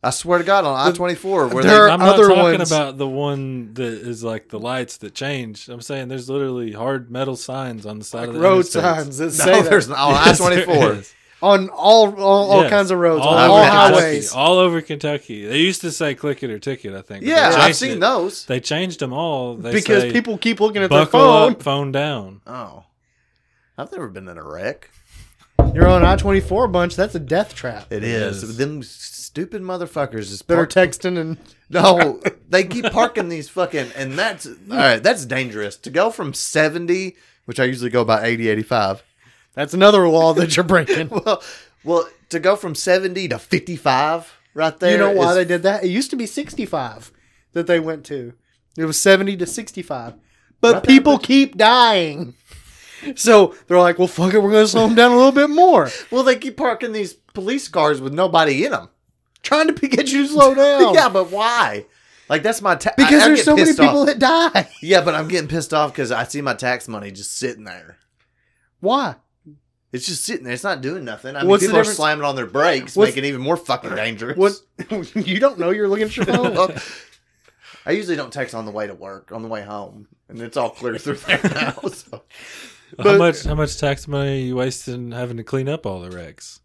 Speaker 1: I swear to God, on I twenty four, where
Speaker 3: There
Speaker 1: they,
Speaker 3: are
Speaker 2: I'm not
Speaker 3: other
Speaker 2: talking
Speaker 3: ones.
Speaker 2: about the one that is like the lights that change. I'm saying there's literally hard metal signs on the side of the
Speaker 3: road
Speaker 2: interstates.
Speaker 3: signs that say
Speaker 1: no,
Speaker 3: that.
Speaker 1: there's not on
Speaker 2: Yes,
Speaker 1: I twenty
Speaker 2: there
Speaker 1: four.
Speaker 2: is.
Speaker 3: on all all, all
Speaker 2: Yes,
Speaker 3: kinds of roads, on
Speaker 1: over
Speaker 3: all
Speaker 2: Kentucky,
Speaker 3: highways.
Speaker 2: all over Kentucky. They used to say "click it or ticket." I think. but
Speaker 1: Yeah,
Speaker 2: they
Speaker 1: I've
Speaker 2: changed
Speaker 1: seen
Speaker 2: it.
Speaker 1: those.
Speaker 2: They changed them all they
Speaker 3: because
Speaker 2: say,
Speaker 3: people keep looking at their
Speaker 2: buckle
Speaker 3: phone.
Speaker 2: up, phone down.
Speaker 1: Oh, I've never been in a wreck.
Speaker 3: You're on I twenty four bunch. That's a death trap.
Speaker 1: It
Speaker 2: is.
Speaker 1: is. them stupid motherfuckers is
Speaker 3: Better
Speaker 1: better.
Speaker 3: texting and
Speaker 1: no, they keep parking these fucking, and that's all right. That's dangerous to go from seventy, which I usually go by 80, 85.
Speaker 3: that's another law that you're breaking.
Speaker 1: Well, well, to go from seventy to fifty five, right there.
Speaker 3: you know why
Speaker 1: is
Speaker 3: they did that? It used to be sixty five that they went to. It was seventy to sixty five, but
Speaker 1: Right there,
Speaker 3: people keep dying. So they're like, "Well, fuck it, we're going to slow them down a little bit more,
Speaker 1: Well, they keep parking these police cars with nobody in them.
Speaker 3: trying to get you to slow down."
Speaker 1: yeah, but why? Like that's my tax.
Speaker 3: because there's so many people that die.
Speaker 1: yeah, but I'm getting pissed off because I see my tax money just sitting there.
Speaker 3: Why?
Speaker 1: It's just sitting there. It's not doing nothing. I mean,
Speaker 3: What's the
Speaker 1: people are
Speaker 3: difference-
Speaker 1: slamming on their brakes,
Speaker 3: What's-
Speaker 1: making it even more fucking dangerous.
Speaker 3: What? you don't know you're looking at your phone.
Speaker 1: Well, I usually don't text on the way to work, on the way home, and it's all clear through there now. So.
Speaker 2: how
Speaker 1: But-
Speaker 2: much how much tax money are you wasting having to clean up all the wrecks?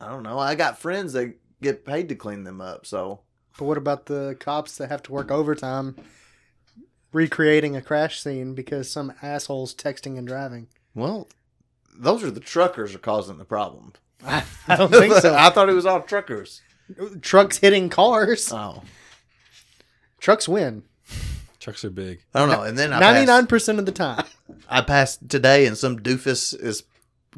Speaker 1: I don't know. I got friends that get paid to clean them up, so
Speaker 3: But what about the cops that have to work overtime recreating a crash scene because some asshole's texting and driving?
Speaker 1: well, those are the truckers are causing the problem.
Speaker 3: I, I don't think so.
Speaker 1: I thought it was all truckers.
Speaker 3: Trucks hitting cars.
Speaker 1: Oh,
Speaker 3: Trucks win
Speaker 2: Trucks are big.
Speaker 1: I don't know. And then I
Speaker 3: ninety
Speaker 1: passed,
Speaker 3: nine percent of the time.
Speaker 1: I passed today, and some doofus is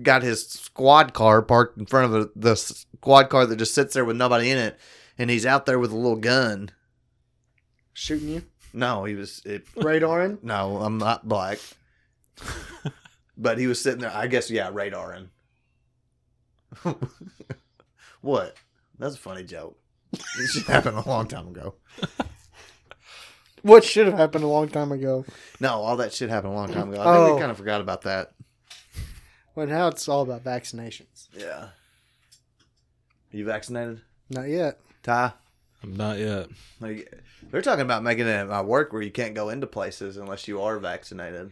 Speaker 1: got his squad car parked in front of the, the squad car that just sits there with nobody in it, and he's out there with a little gun.
Speaker 3: Shooting you,
Speaker 1: No, he was. It,
Speaker 3: radaring.
Speaker 1: no, I'm not black. but he was sitting there. I guess yeah, radaring. what? That's a funny joke. This should happened a long time ago.
Speaker 3: What should have happened a long time ago.
Speaker 1: No, all that shit happened a long time ago. I think
Speaker 3: Oh.
Speaker 1: we kind of forgot about that.
Speaker 3: Well, now it's all about vaccinations.
Speaker 1: Yeah. You vaccinated,
Speaker 3: Not yet.
Speaker 1: Ty?
Speaker 2: I'm not yet.
Speaker 1: Like, they're talking about making it at my work where you can't go into places unless you are vaccinated.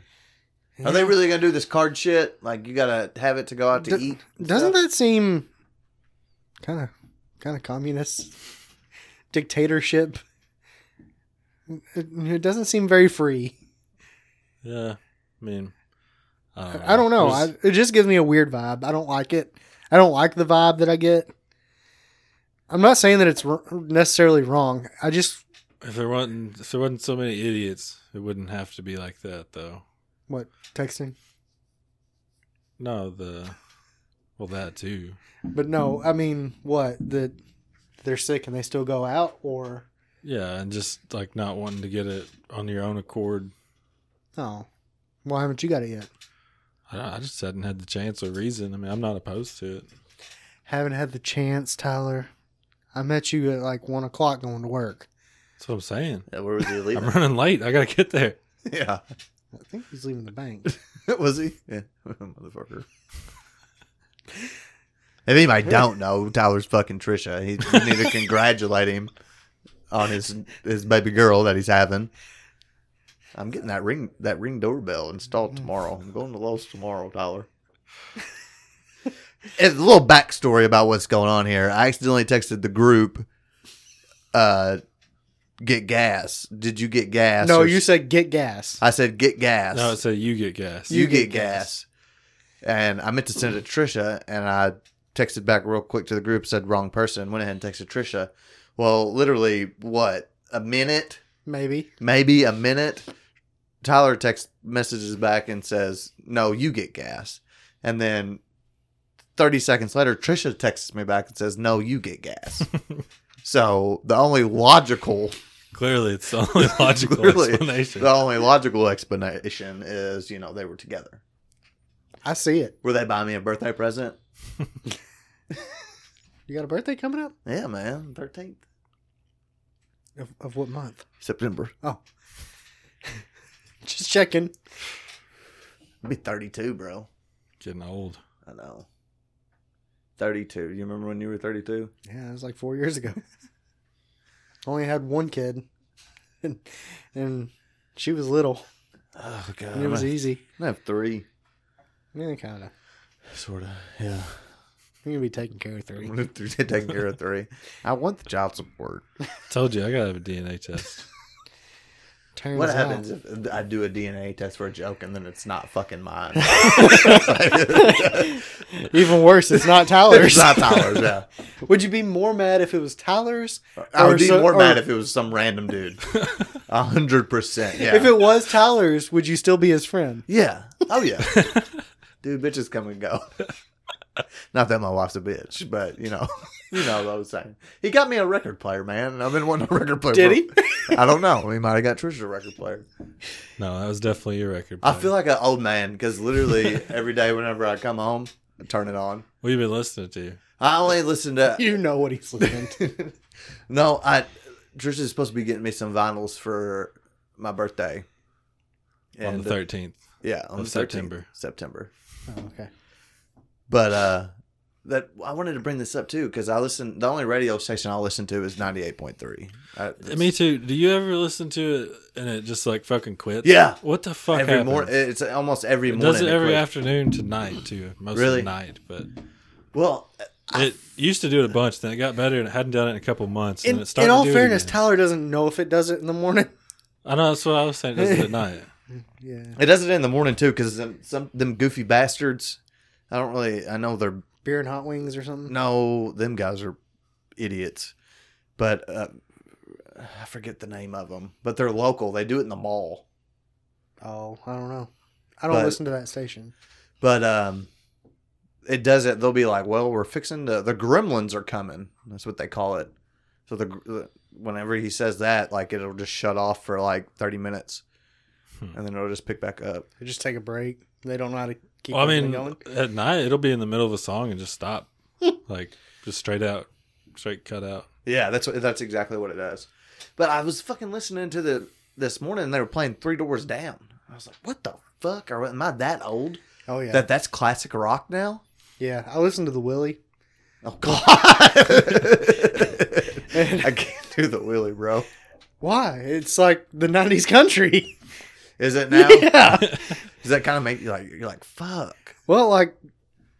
Speaker 1: Are they really gonna do this card shit? Like you gotta have it to go out to
Speaker 3: Do-
Speaker 1: eat. and
Speaker 3: Doesn't
Speaker 1: stuff?
Speaker 3: that seem kind of kind of communist dictatorship? It, it doesn't seem very free.
Speaker 2: Yeah. I mean I don't know.
Speaker 3: I don't know.
Speaker 2: There's-
Speaker 3: I, it just gives me a weird vibe. I don't like it. I don't like the vibe that I get. I'm not saying that it's r- necessarily wrong. I just
Speaker 2: if there wasn't if there wasn't so many idiots, it wouldn't have to be like that though.
Speaker 3: what texting
Speaker 2: No, the well that too.
Speaker 3: But no, I mean, what? That they're sick and they still go out or
Speaker 2: Yeah, and just like not wanting to get it on your own accord.
Speaker 3: oh. Why haven't you got it yet?
Speaker 2: I, don't- I just hadn't had the chance or reason. I mean, I'm not opposed to it.
Speaker 3: Haven't had the chance, Tyler. I met you at like one o'clock going to work.
Speaker 2: That's what I'm saying.
Speaker 1: Yeah, where was he
Speaker 2: I'm
Speaker 1: leaving?
Speaker 2: running late. I gotta get there.
Speaker 1: yeah.
Speaker 3: I think he's leaving the bank.
Speaker 1: was he? Yeah. Motherfucker. If anybody don't know, Tyler's fucking Trisha. He, you need to congratulate him on his his baby girl that he's having. I'm getting that ring that ring doorbell
Speaker 3: Mm.
Speaker 1: installed tomorrow. I'm going to Lowe's tomorrow, Tyler. It's a little backstory about what's going on here. I accidentally texted the group, uh, "Get gas." Did you get gas?
Speaker 3: no,
Speaker 1: Or-
Speaker 3: you said get gas.
Speaker 1: I said, "Get gas."
Speaker 2: No, it's a you get gas.
Speaker 1: you get gas. And I meant to send it to Trisha, and I texted back real quick to the group, said wrong person, went ahead and texted Trisha. Well, literally, what, a minute,
Speaker 3: Maybe.
Speaker 1: maybe a minute? Tyler text messages back and says, No, you get gas. And then 30 seconds later, Trisha texts me back and says, No, you get gas. so the only logical
Speaker 2: Clearly, it's the only logical
Speaker 1: Clearly.
Speaker 2: explanation.
Speaker 1: the only logical explanation is, you know, they were together.
Speaker 3: I see it.
Speaker 1: Were they buying me a birthday present?
Speaker 3: You got a birthday coming up?
Speaker 1: Yeah, man. Thirteenth
Speaker 3: Of, of what month?
Speaker 1: September.
Speaker 3: Oh. Just checking.
Speaker 1: I'll be thirty-two, bro.
Speaker 2: Getting old.
Speaker 1: I know. Thirty-two. You remember when you were thirty-two?
Speaker 3: Yeah, it was like four years ago. Only had one kid, and, and she was little.
Speaker 1: Oh god.
Speaker 3: And it was
Speaker 1: I
Speaker 3: easy.
Speaker 1: have three.
Speaker 3: Yeah, kind of.
Speaker 1: Sort of. Yeah.
Speaker 3: You're gonna be taking care of
Speaker 1: I'm
Speaker 3: three.
Speaker 1: gonna do- taking care of three. I want the child support.
Speaker 2: Told you, I gotta have a DNA test.
Speaker 3: Turns
Speaker 1: what
Speaker 3: out-
Speaker 1: happens if I do a DNA test for a joke and then it's not fucking mine?
Speaker 3: Even worse, it's not
Speaker 1: Oh, it's
Speaker 3: Tyler's.
Speaker 1: not Tyler's. Yeah.
Speaker 3: Would you be more mad if it was Tyler's?
Speaker 1: I would
Speaker 3: Or
Speaker 1: be
Speaker 3: so-
Speaker 1: more
Speaker 3: or-
Speaker 1: mad if it was some random dude. A hundred percent. Yeah.
Speaker 3: If it was Tyler's, would you still be his friend?
Speaker 1: Yeah. Oh yeah. Dude, bitches come and go. Not that my wife's a bitch, but you know, you know what I was saying. He got me a record player, man, and I've been wanting a record player.
Speaker 3: Did
Speaker 1: for- I don't know. He might have got Trisha a record player.
Speaker 2: No, that was definitely your record.
Speaker 1: I
Speaker 2: player.
Speaker 1: feel like an old man because literally every day whenever I come home, I turn it on.
Speaker 2: we've been listening to you.
Speaker 1: I only listen to
Speaker 3: You know what he's looking. to.
Speaker 1: no, I Trisha's supposed to be getting me some vinyls for my birthday.
Speaker 2: on
Speaker 1: And,
Speaker 2: the
Speaker 1: uh,
Speaker 2: thirteenth.
Speaker 1: yeah, on
Speaker 2: of
Speaker 1: the 13th,
Speaker 2: September.
Speaker 1: September.
Speaker 3: Oh, okay.
Speaker 1: But uh that I wanted to bring this up too because I listen. The only radio station I listen to is ninety eight point three. Uh,
Speaker 2: Me too. Do you ever listen to it and it just like fucking quits?
Speaker 1: Yeah.
Speaker 2: What the fuck
Speaker 1: every
Speaker 2: happened?
Speaker 1: morning. It's almost every
Speaker 2: it
Speaker 1: morning.
Speaker 2: does it every
Speaker 1: quit.
Speaker 2: afternoon to night too. Most of
Speaker 1: Really?
Speaker 2: the night, but
Speaker 1: Well,
Speaker 2: it used to do it a bunch. Then it got better and it hadn't done it in a couple months.
Speaker 3: In,
Speaker 2: and it started.
Speaker 3: in all
Speaker 2: to do
Speaker 3: fairness,
Speaker 2: it again.
Speaker 3: Tyler doesn't know if it does it in the morning.
Speaker 2: I know that's what I was saying. Does it at night?
Speaker 3: Yeah,
Speaker 1: it does it in the morning too because some them goofy bastards. I don't really. I know they're
Speaker 3: beer and hot wings or something.
Speaker 1: no. Them guys are idiots, but uh, I forget the name of them. But they're local. They do it in the mall.
Speaker 3: Oh, I don't know. I don't
Speaker 1: But-
Speaker 3: listen to that station.
Speaker 1: But um, it does it. They'll be like, "Well, we're fixing the the gremlins are coming." That's what they call it. So the gr- whenever he says that, like it'll just shut off for like thirty minutes,
Speaker 2: Hmm.
Speaker 1: and then it'll just pick back up.
Speaker 3: They just take a break. They don't know how to keep
Speaker 2: Well, I
Speaker 3: everything
Speaker 2: mean,
Speaker 3: going.
Speaker 2: at night it'll be in the middle of a song and just stop, like just straight out, straight cut out.
Speaker 1: Yeah, that's what, that's exactly what it does. But I was fucking listening to the this morning. and They were playing Three Doors Down. I was like, "What the fuck? Are am I that old
Speaker 3: Oh yeah,
Speaker 1: that that's classic rock now?"
Speaker 3: yeah. I listen to the Willie.
Speaker 1: Oh god, I can't do the wheelie, bro.
Speaker 3: Why? It's like the '90s country.
Speaker 1: Is it now?
Speaker 3: yeah.
Speaker 1: Does that kind of make you like you're like fuck?
Speaker 3: Well, like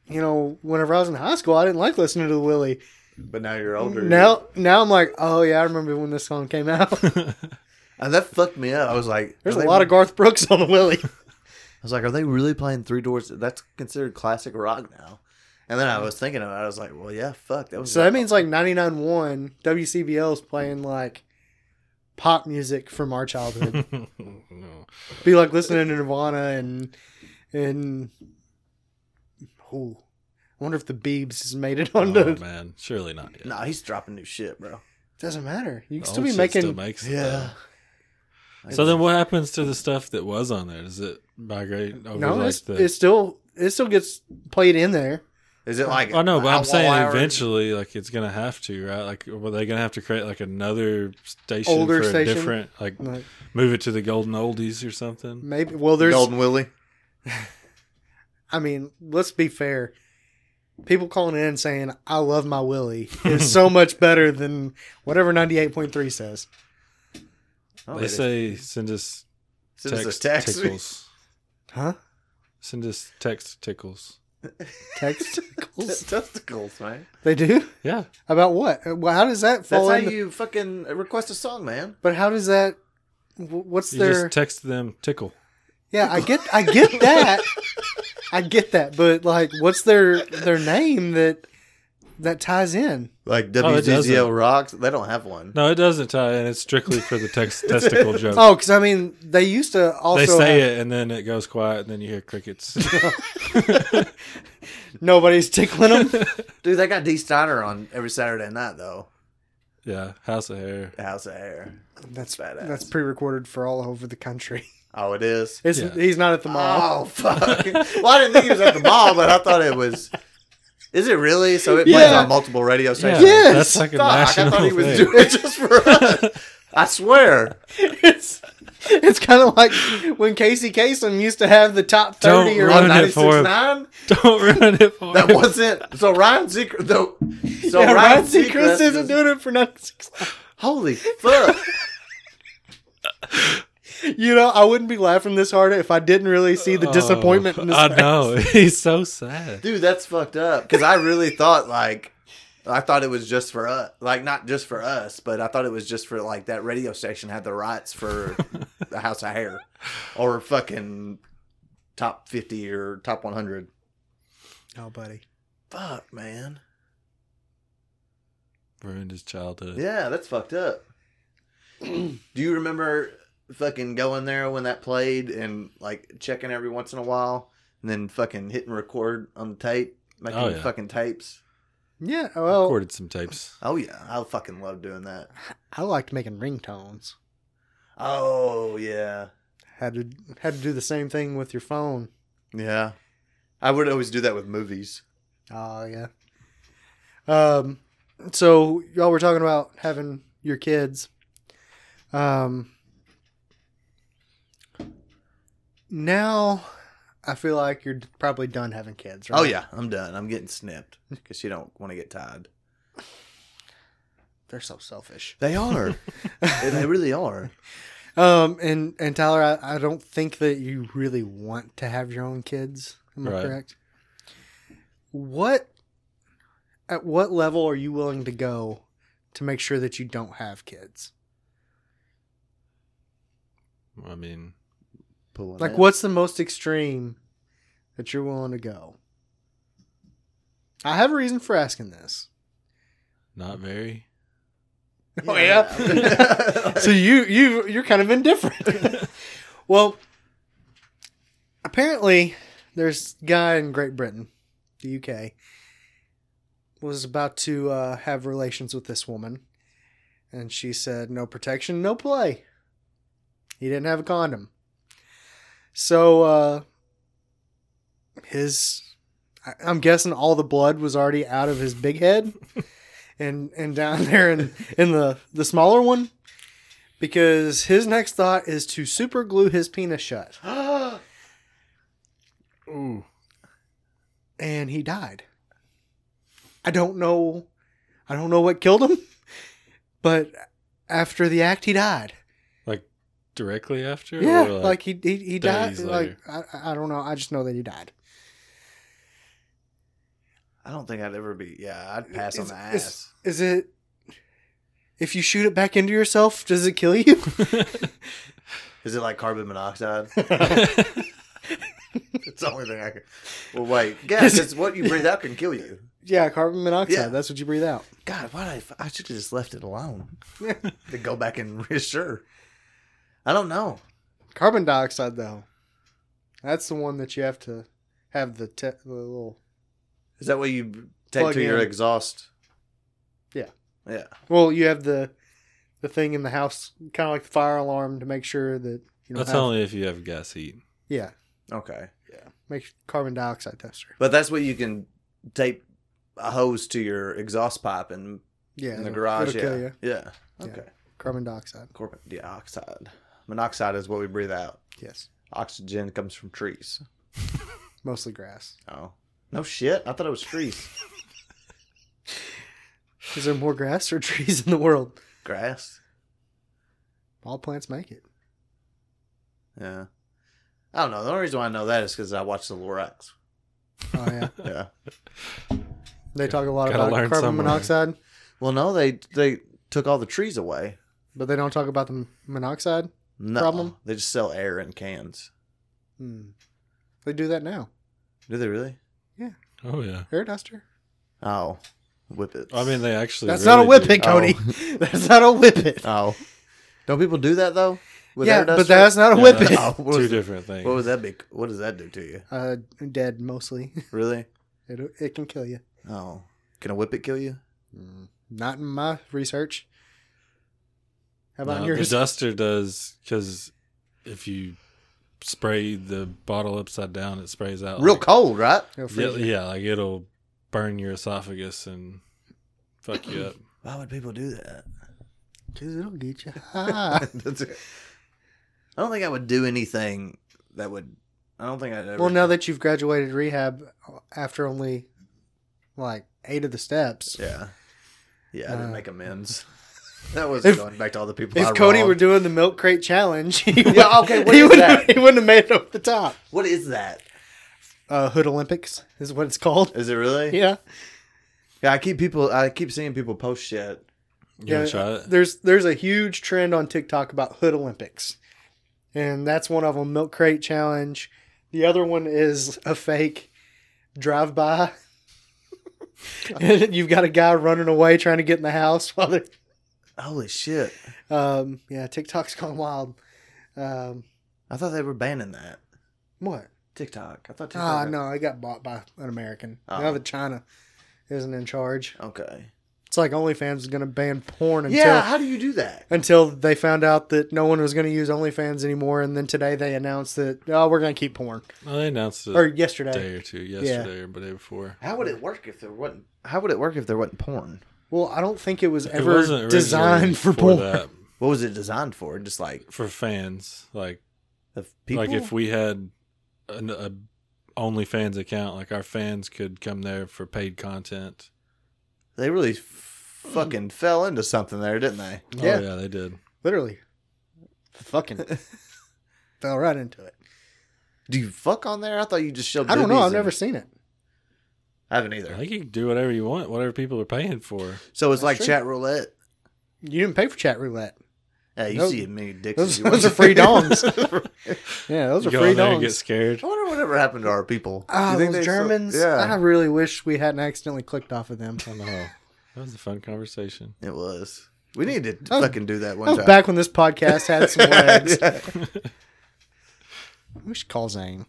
Speaker 3: you know, whenever I was in high school, I didn't like listening to the Willie.
Speaker 1: But now you're older.
Speaker 3: Now, now I'm like, oh yeah, I remember when this song came out.
Speaker 1: and that fucked me up. I was like,
Speaker 3: There's
Speaker 1: are
Speaker 3: a
Speaker 1: they-
Speaker 3: lot of Garth Brooks on the Willie.
Speaker 1: I was like, are they really playing Three Doors? That's considered classic rock now. And then I was thinking about it. I was like, well, yeah, fuck. That was
Speaker 3: So that means like 99.1 WCBL is playing like pop music from our childhood.
Speaker 2: No.
Speaker 3: Oh, be like listening to Nirvana and and Ooh, I wonder if the Beebs has made it onto.
Speaker 2: Oh man, surely not. Yet.
Speaker 1: Nah, he's dropping new shit, bro.
Speaker 3: Doesn't matter. You
Speaker 2: The
Speaker 3: can still
Speaker 2: old
Speaker 3: be
Speaker 2: shit
Speaker 3: making.
Speaker 2: still makes it,
Speaker 1: Yeah.
Speaker 2: though. So then, what happens to the stuff that was on there? Does it migrate over
Speaker 3: no,
Speaker 2: like
Speaker 3: it's,
Speaker 2: the?
Speaker 3: it still it still gets played in there.
Speaker 1: Is it like?
Speaker 2: I know, Oh, but
Speaker 1: a
Speaker 2: I'm saying
Speaker 1: walleye or-
Speaker 2: eventually, like it's gonna have to, right? Like, are they gonna have to create like another station
Speaker 3: Older
Speaker 2: for
Speaker 3: station?
Speaker 2: a different, like
Speaker 3: Like,
Speaker 2: move it to the golden oldies or something?
Speaker 3: maybe. Well, there's.
Speaker 1: Golden Willie.
Speaker 3: I mean, let's be fair. People calling in saying "I love my Willie" is so much better than whatever ninety eight point three says.
Speaker 1: Oh,
Speaker 2: they say send us
Speaker 1: Send us a
Speaker 2: text,
Speaker 1: text.
Speaker 2: tickles.
Speaker 3: Huh?
Speaker 2: Send us text tickles.
Speaker 3: Text
Speaker 1: testicles, man.
Speaker 3: they do
Speaker 2: Yeah,
Speaker 3: about what? Well, how does that
Speaker 1: That's
Speaker 3: fall?
Speaker 1: how
Speaker 3: into-
Speaker 1: you fucking request a song, man.
Speaker 3: but how does that? wh- What's
Speaker 2: you
Speaker 3: their?
Speaker 2: just text them tickle.
Speaker 3: Yeah, I get I get that. I get that, but like what's their their name that that ties in?
Speaker 1: Like
Speaker 2: Oh, it doesn't.
Speaker 1: WZZL rocks. They don't have one.
Speaker 2: No, it doesn't tie in. It's strictly for the text testicle joke.
Speaker 3: Oh, cuz I mean, they used to also
Speaker 2: they say
Speaker 3: have-
Speaker 2: it and then it goes quiet and then you hear crickets.
Speaker 3: nobody's tickling them.
Speaker 1: Dude, they got D Steiner on every Saturday night though.
Speaker 2: yeah, House of Hair.
Speaker 1: House of Hair.
Speaker 3: That's
Speaker 1: Badass.
Speaker 3: That's pre-recorded for all over the country.
Speaker 1: Oh, it is.
Speaker 3: It's
Speaker 2: Yeah.
Speaker 3: he's not at the mall.
Speaker 1: Oh fuck! well, I didn't think he was at the mall, but I thought it was. Is it really? So it plays
Speaker 3: Yeah.
Speaker 1: on multiple radio
Speaker 2: Yeah,
Speaker 1: stations.
Speaker 3: Yes!
Speaker 2: that's like a
Speaker 1: Fuck, I
Speaker 2: national
Speaker 1: thought he was
Speaker 2: thing.
Speaker 1: doing it just for us. I swear.
Speaker 3: It's it's kind of like when Casey Kasem used to have the top 30
Speaker 2: Don't
Speaker 3: or
Speaker 2: ruin
Speaker 3: whatever.
Speaker 2: it for him.
Speaker 1: 96.9?
Speaker 2: Don't ruin it for
Speaker 1: That
Speaker 2: him.
Speaker 1: wasn't. So Ryan Seacrest. Though, so
Speaker 3: Yeah,
Speaker 1: Ryan
Speaker 3: Ryan Seacrest
Speaker 1: Seacrest
Speaker 3: isn't
Speaker 1: is-
Speaker 3: doing it for nothing.
Speaker 1: Holy fuck!
Speaker 3: You know, I wouldn't be laughing this hard if I didn't really see the disappointment in his
Speaker 2: Oh, I
Speaker 3: face.
Speaker 2: know. He's so sad.
Speaker 1: Dude, that's fucked up. Because I really thought like. I thought it was just for us, like not just for us, but I thought it was just for like that radio station had the rights for the House of Hair or fucking top fifty or top one hundred.
Speaker 3: Oh, buddy.
Speaker 1: Fuck, man.
Speaker 2: Ruined his childhood.
Speaker 1: Yeah, that's fucked up. Do you remember fucking going there when that played and like checking every once in a while and then fucking hitting record on the tape, making
Speaker 2: Oh, yeah.
Speaker 1: fucking tapes?
Speaker 3: Yeah, well,
Speaker 2: Recorded some tapes.
Speaker 1: Oh yeah, I fucking love doing that.
Speaker 3: I liked making ringtones.
Speaker 1: Oh yeah,
Speaker 3: Had to had to do the same thing with your phone.
Speaker 1: yeah. I would always do that with movies.
Speaker 3: Oh yeah. Um, so y'all were talking about having your kids. Um, now I feel like you're probably done having kids, right?
Speaker 1: Oh yeah, I'm done. I'm getting snipped because you don't want to get tied.
Speaker 3: they're so selfish.
Speaker 1: They are. they really are.
Speaker 3: Um, and and Tyler, I, I don't think that you really want to have your own kids. Am I
Speaker 2: Right.
Speaker 3: correct? What at what level are you willing to go to make sure that you don't have kids?
Speaker 2: I mean,
Speaker 1: Pulling
Speaker 3: Like,
Speaker 1: it.
Speaker 3: what's the most extreme that you're willing to go? I have a reason for asking this.
Speaker 2: not very.
Speaker 3: Oh, yeah. So you you you're kind of indifferent. well, apparently, there's a guy in Great Britain, the UK, was about to uh, have relations with this woman, and she said, "No protection, no play." He didn't have a condom, so uh, his I- I'm guessing all the blood was already out of his big head. And, and down there in, in the, the smaller one because his next thought is to super glue his penis shut
Speaker 2: Ooh.
Speaker 3: and he died i don't know i don't know what killed him but after the act he died
Speaker 2: Directly after?
Speaker 3: yeah
Speaker 2: Or,
Speaker 3: like, he he, he died
Speaker 2: days
Speaker 3: like I, I don't know i just know that he died
Speaker 1: I don't think I'd ever be. Yeah, I'd pass on
Speaker 3: It's-
Speaker 1: the
Speaker 3: it's-
Speaker 1: ass.
Speaker 3: is it if you shoot it back into yourself does it kill you
Speaker 1: Is it like carbon monoxide? it's the only thing I can. Well, wait. Yeah, because what you breathe out can kill you.
Speaker 3: yeah carbon monoxide
Speaker 1: Yeah.
Speaker 3: that's what you breathe out
Speaker 1: God, why did I? I should have just left it alone. to go back and reassure. I don't know.
Speaker 3: carbon dioxide though that's the one that you have to have the, te- the little
Speaker 1: Is that what you take
Speaker 3: Plug
Speaker 1: to your
Speaker 3: in.
Speaker 1: exhaust?
Speaker 3: Yeah.
Speaker 1: Yeah.
Speaker 3: Well, you have the the thing in the house, kind of like the fire alarm, to make sure that you know.
Speaker 2: That's only if you have gas heat.
Speaker 3: Yeah,
Speaker 1: Okay.
Speaker 3: make carbon dioxide tester.
Speaker 1: But that's what you can tape a hose to your exhaust pipe in,
Speaker 3: Yeah,
Speaker 1: in the
Speaker 3: it'll-
Speaker 1: garage.
Speaker 3: it'll
Speaker 1: yeah.
Speaker 3: kill you.
Speaker 1: yeah.
Speaker 3: Yeah.
Speaker 1: Okay.
Speaker 3: Carbon dioxide.
Speaker 1: Carbon dioxide. Monoxide is what we breathe out.
Speaker 3: Yes,
Speaker 1: Oxygen comes from trees.
Speaker 3: mostly grass.
Speaker 1: Oh. No shit. I thought it was trees.
Speaker 3: Is there more grass or trees in the world?
Speaker 1: Grass.
Speaker 3: All plants make it.
Speaker 1: Yeah. I don't know. The only reason why I know that is because I watched the Lorax.
Speaker 3: Oh yeah,
Speaker 1: Yeah.
Speaker 3: they talk a lot
Speaker 2: Gotta
Speaker 3: about
Speaker 2: learn
Speaker 3: carbon
Speaker 2: somewhere.
Speaker 3: monoxide,
Speaker 1: well, no, they they took all the trees away.
Speaker 3: but they don't talk about the monoxide.
Speaker 1: No,
Speaker 3: Problem?
Speaker 1: they just sell air in cans.
Speaker 3: Hmm. They do that now.
Speaker 1: Do they really?
Speaker 2: Oh yeah.
Speaker 3: Air duster.
Speaker 1: Oh, whippets.
Speaker 2: I mean, they actually.
Speaker 3: That's
Speaker 2: really
Speaker 3: not a whippet,
Speaker 2: do. Oh.
Speaker 3: Cody. That's not a whippet.
Speaker 1: oh, don't people do that though?
Speaker 3: yeah,
Speaker 1: air
Speaker 3: but
Speaker 1: duster?
Speaker 3: that's not a
Speaker 2: Yeah,
Speaker 3: whippet.
Speaker 2: that's
Speaker 1: Oh, what
Speaker 2: Two
Speaker 1: was-
Speaker 2: different things.
Speaker 1: What would that be? What does that do to you?
Speaker 3: Uh, dead mostly.
Speaker 1: Really?
Speaker 3: It it can kill you.
Speaker 1: Oh, can a whippet kill you?
Speaker 3: Mm, Not in my research. How about
Speaker 2: No,
Speaker 3: yours?
Speaker 2: The duster does because if you spray the bottle upside down, it sprays out
Speaker 1: Real
Speaker 2: like-
Speaker 1: cold, right?
Speaker 3: It'll
Speaker 2: Yeah,
Speaker 3: freeze you.
Speaker 2: yeah, like it'll burn your esophagus and fuck you up.
Speaker 1: Why would people do that?
Speaker 3: 'Cause it'll get you high.
Speaker 1: That's it. I don't think I would do anything that would. I don't think I'd ever.
Speaker 3: well, now that you've graduated rehab after only like eight of the steps,
Speaker 1: Yeah. Yeah, I didn't
Speaker 3: Uh,
Speaker 1: make amends. That was
Speaker 3: If-
Speaker 1: going back to all the people. I
Speaker 3: if Cody
Speaker 1: wronged.
Speaker 3: were doing the milk crate challenge, he,
Speaker 1: Yeah, okay, what
Speaker 3: he
Speaker 1: is
Speaker 3: wouldn't,
Speaker 1: that?
Speaker 3: he wouldn't have made it over the top.
Speaker 1: what is that?
Speaker 3: Uh, Hood Olympics is what it's called.
Speaker 1: Is it really?
Speaker 3: Yeah,
Speaker 1: Yeah, I keep people. I keep seeing people post shit.
Speaker 2: You want
Speaker 3: Yeah,
Speaker 2: to try it?
Speaker 3: there's there's a huge trend on TikTok about Hood Olympics, and that's one of them. Milk crate challenge. The other one is a fake drive by. and you've got a guy running away trying to get in the house while they're
Speaker 1: Holy shit!
Speaker 3: um yeah tiktok's gone wild um
Speaker 1: I thought they were banning that
Speaker 3: what
Speaker 1: TikTok. I thought
Speaker 3: ah
Speaker 1: TikTok.
Speaker 3: no it got bought by an american now
Speaker 1: Oh.
Speaker 3: that china isn't in charge
Speaker 1: Okay.
Speaker 3: it's like onlyfans is going to ban porn until
Speaker 1: yeah. How do you do that?
Speaker 3: until they found out that no one was going to use OnlyFans anymore, and then today they announced that oh, we're going to keep porn.
Speaker 2: No, they announced it
Speaker 3: Or
Speaker 2: a
Speaker 3: yesterday.
Speaker 2: day or two yesterday or the day before.
Speaker 1: How would it work if there wasn't? How would it work if there wasn't porn?
Speaker 3: Well, I don't think it was
Speaker 2: It
Speaker 3: ever
Speaker 2: wasn't originally
Speaker 3: designed for, porn.
Speaker 1: What was it designed for? Just like
Speaker 2: for fans. Like
Speaker 1: the people.
Speaker 2: like if we had an, a OnlyFans account, like our fans could come there for paid content.
Speaker 1: they really f- fucking fell into something there, didn't they?
Speaker 3: Yeah.
Speaker 2: Oh yeah, they did.
Speaker 3: Literally, fucking fell right into it.
Speaker 1: Do you fuck on there? I thought you just showed.
Speaker 3: I don't know.
Speaker 1: boobies
Speaker 3: I've
Speaker 1: and-
Speaker 3: never seen it.
Speaker 1: I haven't
Speaker 2: I
Speaker 1: either.
Speaker 2: think you can do whatever you want, whatever people are paying for.
Speaker 1: So it's
Speaker 3: That's
Speaker 1: like
Speaker 3: true.
Speaker 1: chat roulette.
Speaker 3: You didn't pay for chat roulette.
Speaker 1: Yeah, you
Speaker 3: Nope.
Speaker 1: see as many dicks.
Speaker 3: Those-
Speaker 1: as you
Speaker 3: those
Speaker 1: want.
Speaker 3: are free dongs. Yeah, those
Speaker 2: You
Speaker 3: are
Speaker 2: go
Speaker 3: free
Speaker 2: on there and get
Speaker 3: dongs.
Speaker 2: scared.
Speaker 1: I wonder whatever happened to our people.
Speaker 3: Ah,
Speaker 1: You think
Speaker 3: those
Speaker 1: they still-
Speaker 3: Germans. I
Speaker 1: yeah,
Speaker 3: really wish we hadn't accidentally clicked off of them.
Speaker 2: I know. That was a fun conversation.
Speaker 1: it was. We need to
Speaker 3: Oh,
Speaker 1: fucking do that one
Speaker 3: That was
Speaker 1: time.
Speaker 3: back when this podcast had some legs.
Speaker 1: Yeah.
Speaker 3: We should call Zane.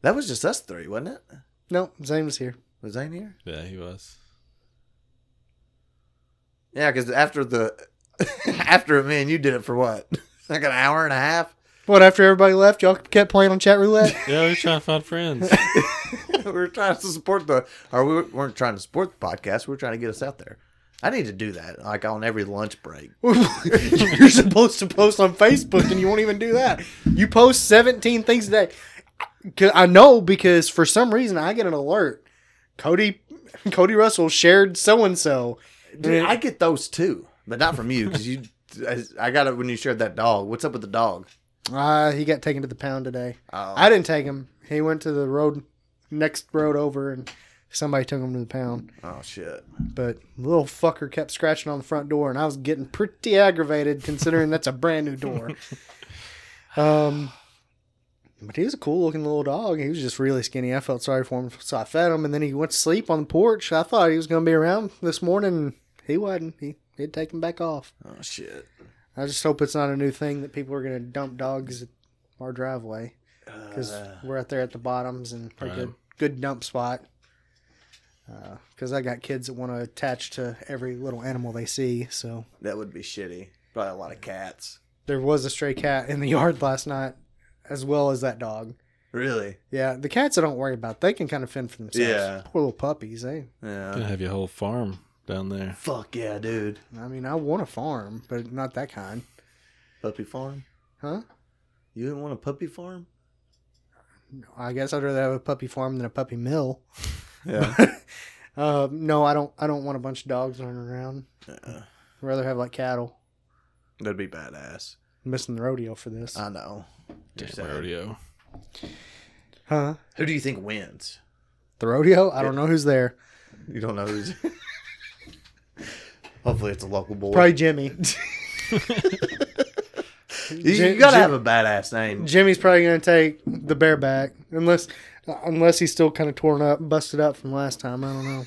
Speaker 1: That was just us three, wasn't it?
Speaker 3: No, Zane was here.
Speaker 1: Was Zane here?
Speaker 2: Yeah, he was.
Speaker 1: Yeah, because after the after me and you did it for what like an hour and a half.
Speaker 3: What after everybody left, y'all kept playing on chat roulette?
Speaker 2: Yeah, we were trying to find friends.
Speaker 1: we were trying to support the, or we weren't trying to support the podcast. We were trying to get us out there. I need to do that, like on every lunch break.
Speaker 3: You're supposed to post on Facebook and you won't even do that. You post 17 things a day. 'Cause I know because for some reason I get an alert. Cody Cody Russell shared so and so.
Speaker 1: Dude, I get those too, but not from you because you. I, I got it when you shared that dog. What's up with the dog?
Speaker 3: Uh, he got taken to the pound today.
Speaker 1: Oh.
Speaker 3: I didn't take him. He went to the road next road over and somebody took him to the pound.
Speaker 1: Oh shit!
Speaker 3: But the little fucker kept scratching on the front door, and I was getting pretty aggravated considering that's a brand new door. um, but he was a cool looking little dog. He was just really skinny. I felt sorry for him, so I fed him, and then he went to sleep on the porch. I thought he was going to be around this morning. and He wasn't. He he'd take him back off.
Speaker 1: Oh shit!
Speaker 3: I just hope it's not a new thing that people are going to dump dogs at our driveway because
Speaker 1: Uh,
Speaker 3: we're out there at the bottoms and a
Speaker 2: Right.
Speaker 3: good good dump spot. because I got kids that want to attach to every little animal they see. So
Speaker 1: That would be shitty. Probably a lot of cats.
Speaker 3: there was a stray cat in the yard last night, as well as that dog.
Speaker 1: Really?
Speaker 3: Yeah, the cats I don't worry about. They can kind of fend for themselves.
Speaker 1: Yeah.
Speaker 3: Poor little puppies. They,
Speaker 2: Gonna
Speaker 1: Yeah.
Speaker 2: have your whole farm down there.
Speaker 1: Fuck yeah, dude.
Speaker 3: I mean, I want a farm, but not that kind.
Speaker 1: Puppy farm?
Speaker 3: Huh?
Speaker 1: You didn't want a puppy farm?
Speaker 3: I guess I'd rather have a puppy farm than a puppy mill.
Speaker 1: Yeah.
Speaker 3: Uh, no, I don't. I don't want a bunch of dogs running around.
Speaker 1: Uh-uh.
Speaker 3: I'd rather have like cattle.
Speaker 1: That'd be badass.
Speaker 3: missing the rodeo for this.
Speaker 1: I know. You're
Speaker 2: Damn
Speaker 1: sad.
Speaker 2: rodeo.
Speaker 3: huh?
Speaker 1: Who do you think wins?
Speaker 3: The rodeo? I don't know who's there.
Speaker 1: You don't know who's. Hopefully, it's a local boy.
Speaker 3: Probably Jimmy.
Speaker 1: you,
Speaker 3: Jim-
Speaker 1: you gotta
Speaker 3: Jim-
Speaker 1: have a badass name.
Speaker 3: Jimmy's probably going to take the bareback, unless unless he's still kind of torn up, busted up from last time. I don't know.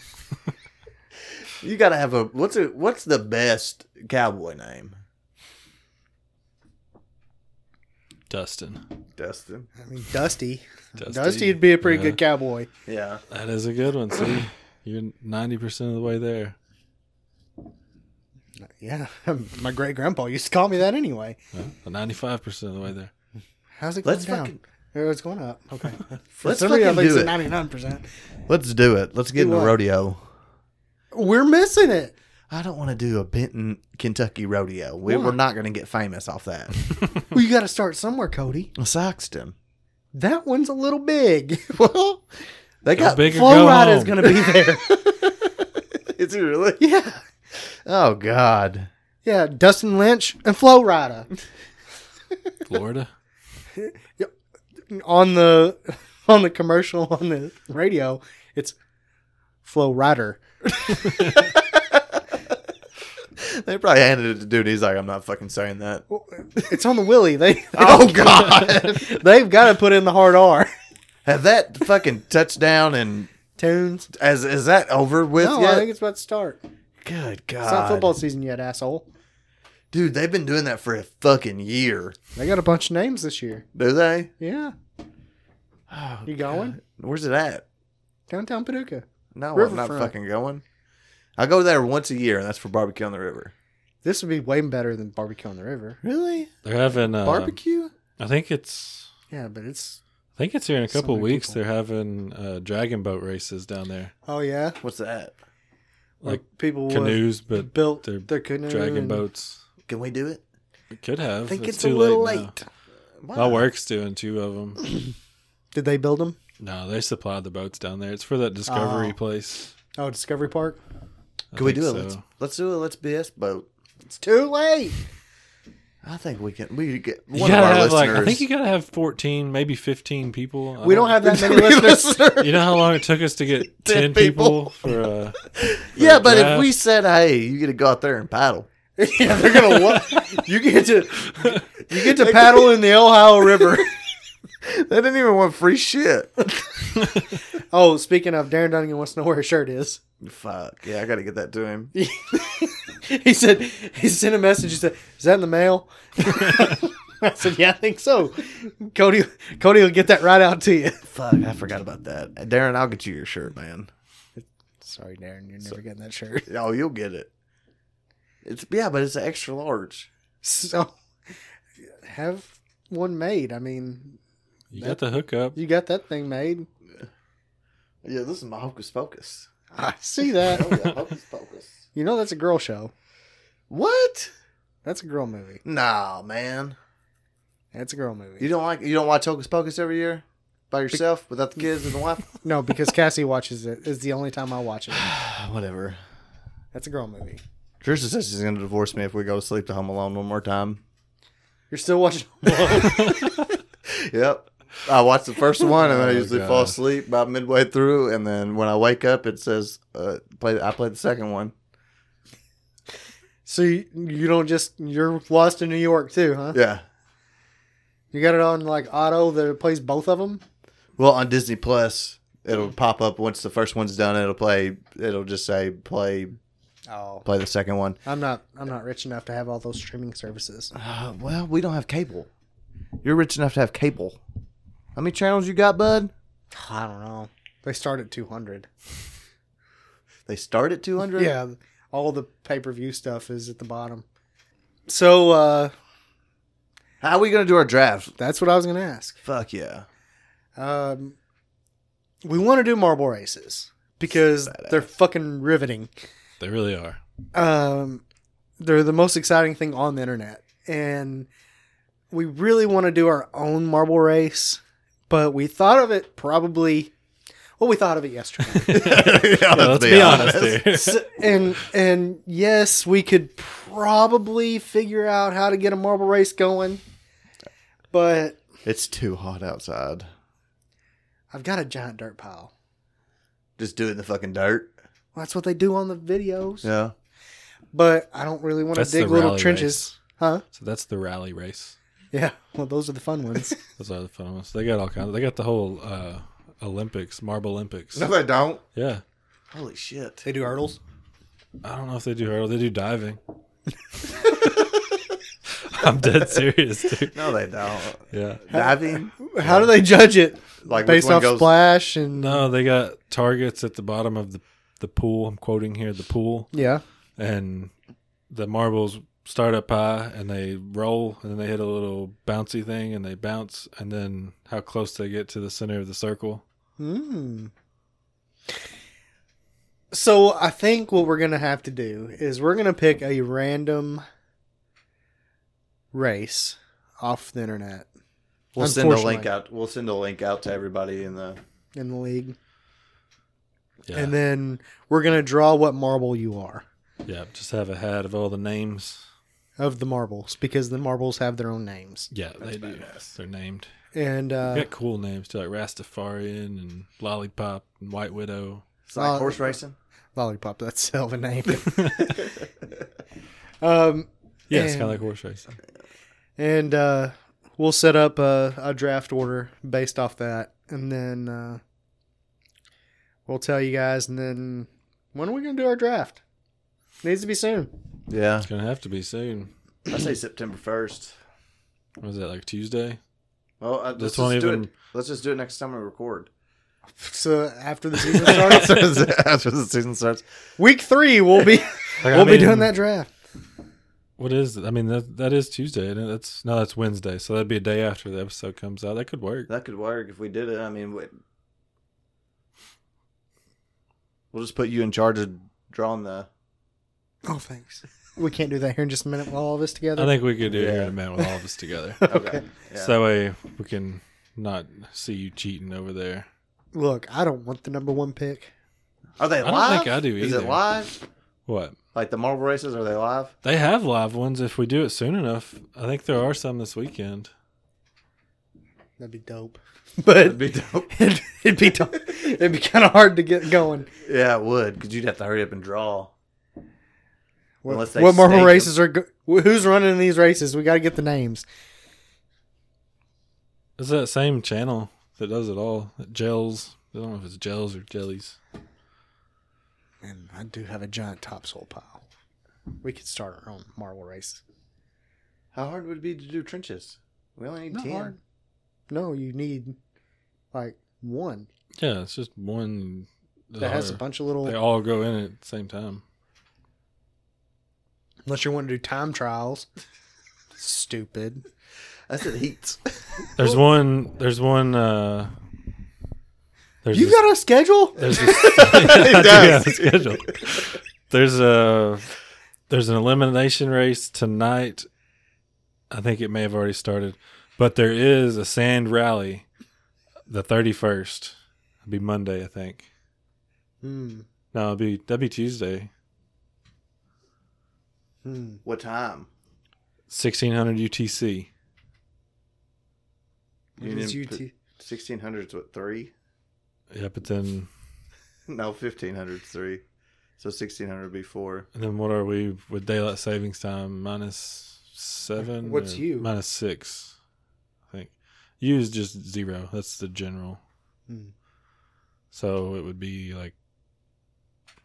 Speaker 1: You gotta have a what's a what's the best cowboy name?
Speaker 2: Dustin.
Speaker 1: Dustin.
Speaker 3: I mean, Dusty.
Speaker 2: Dusty.
Speaker 3: Dusty would be a pretty
Speaker 2: Yeah.
Speaker 3: good cowboy.
Speaker 1: Yeah.
Speaker 2: That is a good one. See, you're ninety percent of the way there.
Speaker 3: Yeah, my great grandpa used to call me that anyway.
Speaker 2: Ninety-five percent of the way there.
Speaker 3: How's it going
Speaker 1: Let's
Speaker 3: down?
Speaker 1: fucking
Speaker 3: Oh, it's going up. Okay. For
Speaker 1: Let's
Speaker 3: some reason, I
Speaker 1: fucking
Speaker 3: think
Speaker 1: do
Speaker 3: it's
Speaker 1: it.
Speaker 3: ninety nine percent.
Speaker 1: let's do it. Let's get
Speaker 3: Do
Speaker 1: in the
Speaker 3: what?
Speaker 1: rodeo.
Speaker 3: We're missing it.
Speaker 1: I don't want to do a Benton, Kentucky rodeo. We,
Speaker 3: Why?
Speaker 1: we're not gonna get famous off that.
Speaker 3: Well, you got to start somewhere, Cody.
Speaker 1: Soxton.
Speaker 3: That one's a little big.
Speaker 1: Well, they got.
Speaker 2: big or
Speaker 3: Flow
Speaker 2: go
Speaker 3: Ride is
Speaker 2: home.
Speaker 3: going to be there.
Speaker 1: Is it really?
Speaker 3: yeah.
Speaker 1: Oh God.
Speaker 3: Yeah, Dustin Lynch and Flow Rider
Speaker 2: Florida.
Speaker 3: on the on the commercial on the radio. It's Flow Rider.
Speaker 1: They probably handed it to dude. He's like, I'm not fucking saying that.
Speaker 3: It's on the Willie. They,
Speaker 1: Oh God!
Speaker 3: they've got to put in the hard R.
Speaker 1: Have that fucking touchdown and
Speaker 3: Tunes.
Speaker 1: as is that over with
Speaker 3: No, I
Speaker 1: yet?
Speaker 3: think it's about to start. It's
Speaker 1: Good God,
Speaker 3: not football season yet, asshole.
Speaker 1: dude! They've been doing that for a fucking year.
Speaker 3: They got a bunch of names this year.
Speaker 1: Do they?
Speaker 3: Yeah,
Speaker 1: Oh,
Speaker 3: you going
Speaker 1: Where's it at?
Speaker 3: downtown Paducah?
Speaker 1: No, I'm not
Speaker 3: Riverfront.
Speaker 1: fucking going. I go there once a year, and that's for barbecue on the river.
Speaker 3: This would be way better than barbecue on the river.
Speaker 1: Really?
Speaker 2: They're having uh,
Speaker 1: barbecue?
Speaker 2: I think it's.
Speaker 3: Yeah, but it's
Speaker 2: I think it's here in a
Speaker 3: So
Speaker 2: couple
Speaker 3: many
Speaker 2: weeks.
Speaker 3: people.
Speaker 2: They're having uh, dragon boat races down there,
Speaker 3: oh yeah,
Speaker 1: What's that?
Speaker 2: like
Speaker 3: people
Speaker 2: canoes, but
Speaker 3: would built
Speaker 2: they're
Speaker 3: their canoe
Speaker 2: dragon
Speaker 3: and-
Speaker 2: boats.
Speaker 1: Can we do it?
Speaker 2: We could have.
Speaker 1: I think it's, a
Speaker 2: too
Speaker 1: little
Speaker 2: late.
Speaker 1: late.
Speaker 2: now.
Speaker 1: Why
Speaker 2: My
Speaker 1: not?
Speaker 2: work's doing two of them.
Speaker 3: Did they build them?
Speaker 2: No, they supplied the boats down there. It's for that discovery
Speaker 3: Oh.
Speaker 2: place.
Speaker 3: Oh, Discovery Park.
Speaker 2: I
Speaker 1: Can we
Speaker 2: think
Speaker 1: do it?
Speaker 2: so.
Speaker 1: Let's let's do it. Let's BS boat.
Speaker 3: It's too late.
Speaker 1: I think we can. We get
Speaker 2: You
Speaker 1: one of
Speaker 2: gotta
Speaker 1: our
Speaker 2: have
Speaker 1: listeners.
Speaker 2: like I think you gotta have fourteen, maybe fifteen people. I
Speaker 3: We don't have that many listeners.
Speaker 2: You know how long it took us to get
Speaker 1: 10
Speaker 2: ten
Speaker 1: people.
Speaker 2: people for uh,
Speaker 1: yeah, but if
Speaker 2: draft.
Speaker 1: we said, "Hey, you get to go out there and paddle,"
Speaker 3: yeah, they're gonna. Wa- you get to you get to paddle in the Ohio River.
Speaker 1: they didn't even want free shit.
Speaker 3: Oh, speaking of, Darren Dunnigan wants to know where his shirt is.
Speaker 1: Fuck yeah, I gotta get that to him.
Speaker 3: He said he sent a message. He said, "Is that in the mail?" I said, "Yeah, I think so." Cody, Cody will get that right out to you.
Speaker 1: Fuck, I forgot about that. Darren, I'll get you your shirt, man.
Speaker 3: Sorry, Darren, you're never getting that shirt.
Speaker 1: Oh, you'll get it. It's yeah, but it's an extra large.
Speaker 3: So have one made. I mean,
Speaker 2: you got the hookup.
Speaker 3: you got that thing made.
Speaker 1: Yeah, this is my hocus pocus.
Speaker 3: I see that.
Speaker 1: hocus pocus.
Speaker 3: You know that's a girl show.
Speaker 1: What?
Speaker 3: That's a girl movie.
Speaker 1: Nah, man.
Speaker 3: That's a girl
Speaker 1: You
Speaker 3: movie.
Speaker 1: don't like you don't watch hocus pocus every year by yourself without the kids and the wife.
Speaker 3: No, because Cassie watches it. It's the only time I watch it.
Speaker 1: Whatever.
Speaker 3: That's a girl movie.
Speaker 1: Trisha says she's gonna divorce me if we go to sleep to Home Alone one more time.
Speaker 3: You're still watching.
Speaker 1: Yep. I watch the first one and then I
Speaker 2: Oh,
Speaker 1: usually
Speaker 2: God.
Speaker 1: fall asleep about midway through, and then when I wake up, it says uh, play. I played the second one.
Speaker 3: So you, you don't just you're lost in New York too, huh?
Speaker 1: Yeah.
Speaker 3: You got it on like auto that plays both of them.
Speaker 1: Well, on Disney Plus, it'll pop up once the first one's done. It'll play. It'll just say play
Speaker 3: Oh,
Speaker 1: play the second one.
Speaker 3: I'm not I'm not rich enough to have all those streaming services.
Speaker 1: Uh, well, we don't have cable. You're rich enough to have cable. How many channels you got, bud?
Speaker 3: I don't know. They start at 200.
Speaker 1: They start at 200?
Speaker 3: Yeah, all the pay per view stuff is at the bottom. So uh,
Speaker 1: How are we going to do our draft?
Speaker 3: that's what I was going to ask.
Speaker 1: Fuck yeah.
Speaker 3: Um, we want to do marble races because they're fucking riveting.
Speaker 2: They really are.
Speaker 3: um, they're the most exciting thing on the internet, and we really want to do our own marble race. But we thought of it probably. Well, we thought of it yesterday,
Speaker 2: Yeah, let's be honest, here.
Speaker 3: S- and and yes, we could probably figure out how to get a marble race going. But
Speaker 1: It's too hot outside.
Speaker 3: I've got a giant dirt pile.
Speaker 1: Just do it in the fucking dirt.
Speaker 3: Well, that's what they do on the videos.
Speaker 1: Yeah.
Speaker 3: But I don't really want to
Speaker 2: That's the
Speaker 3: dig little
Speaker 2: rally
Speaker 3: trenches, huh?
Speaker 2: So that's the rally race.
Speaker 3: Yeah. Well, those are the fun ones.
Speaker 2: Those are the fun ones. They got all kinds. They got the whole uh, Olympics, Marble Olympics.
Speaker 1: they don't.
Speaker 2: Yeah,
Speaker 1: Holy shit.
Speaker 3: they do hurdles.
Speaker 2: I don't know if they do hurdle. They do diving. I'm dead serious, dude.
Speaker 1: No, they don't.
Speaker 2: Yeah.
Speaker 1: Diving?
Speaker 3: How do they judge it?
Speaker 1: Like,
Speaker 3: based
Speaker 1: which one
Speaker 3: off
Speaker 1: goes-
Speaker 3: splash and
Speaker 2: No, they got targets at the bottom of the the pool. I'm quoting here the pool,
Speaker 3: yeah,
Speaker 2: and the marbles start up high, and they roll, and then they hit a little bouncy thing, and they bounce, and then how close they get to the center of the circle.
Speaker 3: mm. so I think what we're gonna have to do is we're gonna pick a random race off the internet
Speaker 1: We'll send a
Speaker 3: Unfortunately.
Speaker 1: link out. We'll send a link out to everybody in the.
Speaker 3: in the league,
Speaker 2: Yeah.
Speaker 3: and then we're gonna draw what marble you are
Speaker 2: yeah. Just have a hat of all the names.
Speaker 3: of the marbles because the marbles have their own names
Speaker 2: Yeah, they do. They're named.
Speaker 3: and uh,
Speaker 2: They got cool names too, like Rastafarian and Lollipop and White Widow.
Speaker 1: It's like
Speaker 3: Uh,
Speaker 1: horse racing.
Speaker 3: lollipop. That's hell of a name. um,
Speaker 2: Yeah, it's kind
Speaker 3: And-
Speaker 2: of like horse racing.
Speaker 3: and uh, we'll set up a, a draft order based off that, and then uh, we'll tell you guys. And then when are we gonna do our draft? Needs to be soon.
Speaker 1: Yeah,
Speaker 2: It's gonna have to be soon.
Speaker 1: I say September first.
Speaker 2: What is that like Tuesday?
Speaker 1: Well, uh, let's
Speaker 2: This
Speaker 1: just
Speaker 2: won't
Speaker 1: do it.
Speaker 2: even-
Speaker 1: Let's just do it next time we record.
Speaker 3: So after the season starts,
Speaker 1: After the season starts,
Speaker 3: week three, we'll be
Speaker 2: Like, I
Speaker 3: we'll be
Speaker 2: mean,
Speaker 3: doing that draft.
Speaker 2: What is? it? I mean, that that is Tuesday. And that's no, that's Wednesday. So that'd be a day after the episode comes out. That could work.
Speaker 1: that could work if we did it. I mean, we, we'll just put you in charge of drawing the.
Speaker 3: Oh, thanks. We can't do that here in just a minute while all this together.
Speaker 2: I think we could do it here
Speaker 1: Yeah.
Speaker 2: in a minute with all of us together.
Speaker 1: Okay. Yeah.
Speaker 2: So that way we can not see you cheating over there.
Speaker 3: Look, I don't want the number one pick.
Speaker 1: are they
Speaker 2: I
Speaker 1: live?
Speaker 2: don't think I do
Speaker 1: Is it
Speaker 2: either.
Speaker 1: live?
Speaker 2: What?
Speaker 1: Like the marble races? Are they live?
Speaker 2: They have live ones if we do it soon enough. I think there are some this weekend.
Speaker 3: That'd be dope, but
Speaker 1: That'd be dope.
Speaker 3: it'd, it'd be dope. it'd be kind of hard to get going.
Speaker 1: yeah, it would because you'd have to hurry up and draw. Unless
Speaker 3: What,
Speaker 1: they
Speaker 3: what
Speaker 1: stake
Speaker 3: marble
Speaker 1: 'em.
Speaker 3: races are? Go- who's running these races? We got to get the names.
Speaker 2: It's that same channel that does it all. That gels. I don't know if it's gels or jellies.
Speaker 3: And I do have a giant topsoil pile. We could start our own marble race.
Speaker 1: How hard would it be to do trenches? We only need
Speaker 3: Not
Speaker 1: ten.
Speaker 3: hard. No, you need like one
Speaker 2: Yeah, it's just one
Speaker 3: that has a
Speaker 2: or-
Speaker 3: bunch of little.
Speaker 2: They all go in at the same time.
Speaker 3: Unless you want to do time trials. Stupid.
Speaker 1: That's it. Heats.
Speaker 2: There's one. There's one. uh There's
Speaker 3: You
Speaker 2: this-
Speaker 3: got a schedule?
Speaker 2: There's this, I do have a schedule. There's a there's an elimination race tonight. I think it may have already started, but there is a sand rally the 31st. It'll be Monday, I think.
Speaker 3: Hmm.
Speaker 2: No, it'll be that'd be Tuesday.
Speaker 3: Hmm.
Speaker 1: What time?
Speaker 2: 1600 UTC.
Speaker 3: What
Speaker 1: You
Speaker 3: is
Speaker 1: didn't
Speaker 3: UT?
Speaker 1: Sixteen hundreds what three?
Speaker 2: Yeah, but then
Speaker 1: No, fifteen hundreds three. So sixteen hundred would be four.
Speaker 2: and then what are we with daylight savings time minus seven?
Speaker 3: What's
Speaker 2: or
Speaker 3: you?
Speaker 2: Minus six, I think. U is just zero. That's the general.
Speaker 3: Hmm.
Speaker 2: So it would be like,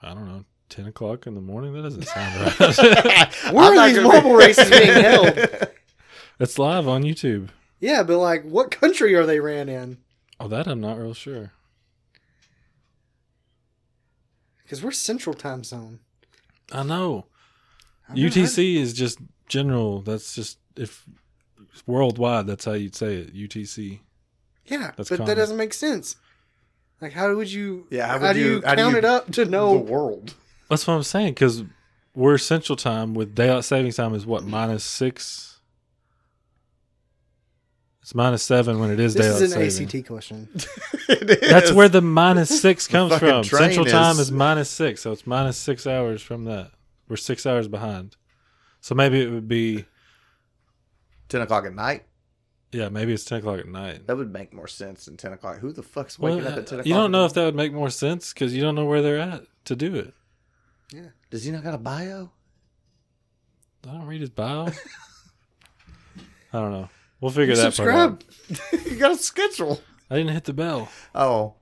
Speaker 2: I don't know, 10 o'clock in the morning? That doesn't sound right.
Speaker 3: Where
Speaker 1: I'm
Speaker 3: are
Speaker 1: not
Speaker 3: these
Speaker 1: gonna
Speaker 3: marble races being held?
Speaker 2: it's live on YouTube.
Speaker 3: Yeah, but like, what country are they ran in?
Speaker 2: Oh, that I'm not real sure.
Speaker 3: because we're Central Time Zone.
Speaker 2: I know.
Speaker 3: I know,
Speaker 2: UTC is just general. That's just if it's worldwide. That's how you'd say it. UTC.
Speaker 3: Yeah,
Speaker 2: That's
Speaker 3: but
Speaker 2: common.
Speaker 3: that doesn't make sense. Like, how would you?
Speaker 1: Yeah,
Speaker 3: how,
Speaker 1: how would
Speaker 3: do you,
Speaker 1: you- how do
Speaker 3: count
Speaker 1: you-
Speaker 3: it up to
Speaker 1: No.
Speaker 3: know?
Speaker 1: world.
Speaker 2: That's what I'm saying because we're Central Time with daylight savings time is what minus six. It's minus seven when it is
Speaker 3: This
Speaker 2: daylight
Speaker 3: is an
Speaker 2: saving.
Speaker 3: ACT question.
Speaker 2: That's where the minus six comes
Speaker 1: fucking
Speaker 2: from.
Speaker 1: train
Speaker 2: Central time
Speaker 1: is-
Speaker 2: is minus six, so it's minus six hours from that. We're six hours behind. So maybe it would be
Speaker 1: ten o'clock at night.
Speaker 2: yeah, maybe it's ten o'clock at night.
Speaker 1: That would make more sense than ten o'clock. Who the fuck's
Speaker 2: Well, uh,
Speaker 1: waking up at ten o'clock?
Speaker 2: you don't know
Speaker 1: at
Speaker 2: if that would make more sense because you don't know where they're at to do it.
Speaker 1: night? Does he not got a bio?
Speaker 2: I don't read his bio. I don't know. We'll figure
Speaker 3: You
Speaker 2: that part
Speaker 3: subscribe.
Speaker 2: out.
Speaker 1: you got a schedule.
Speaker 2: I didn't hit the bell.
Speaker 1: Oh,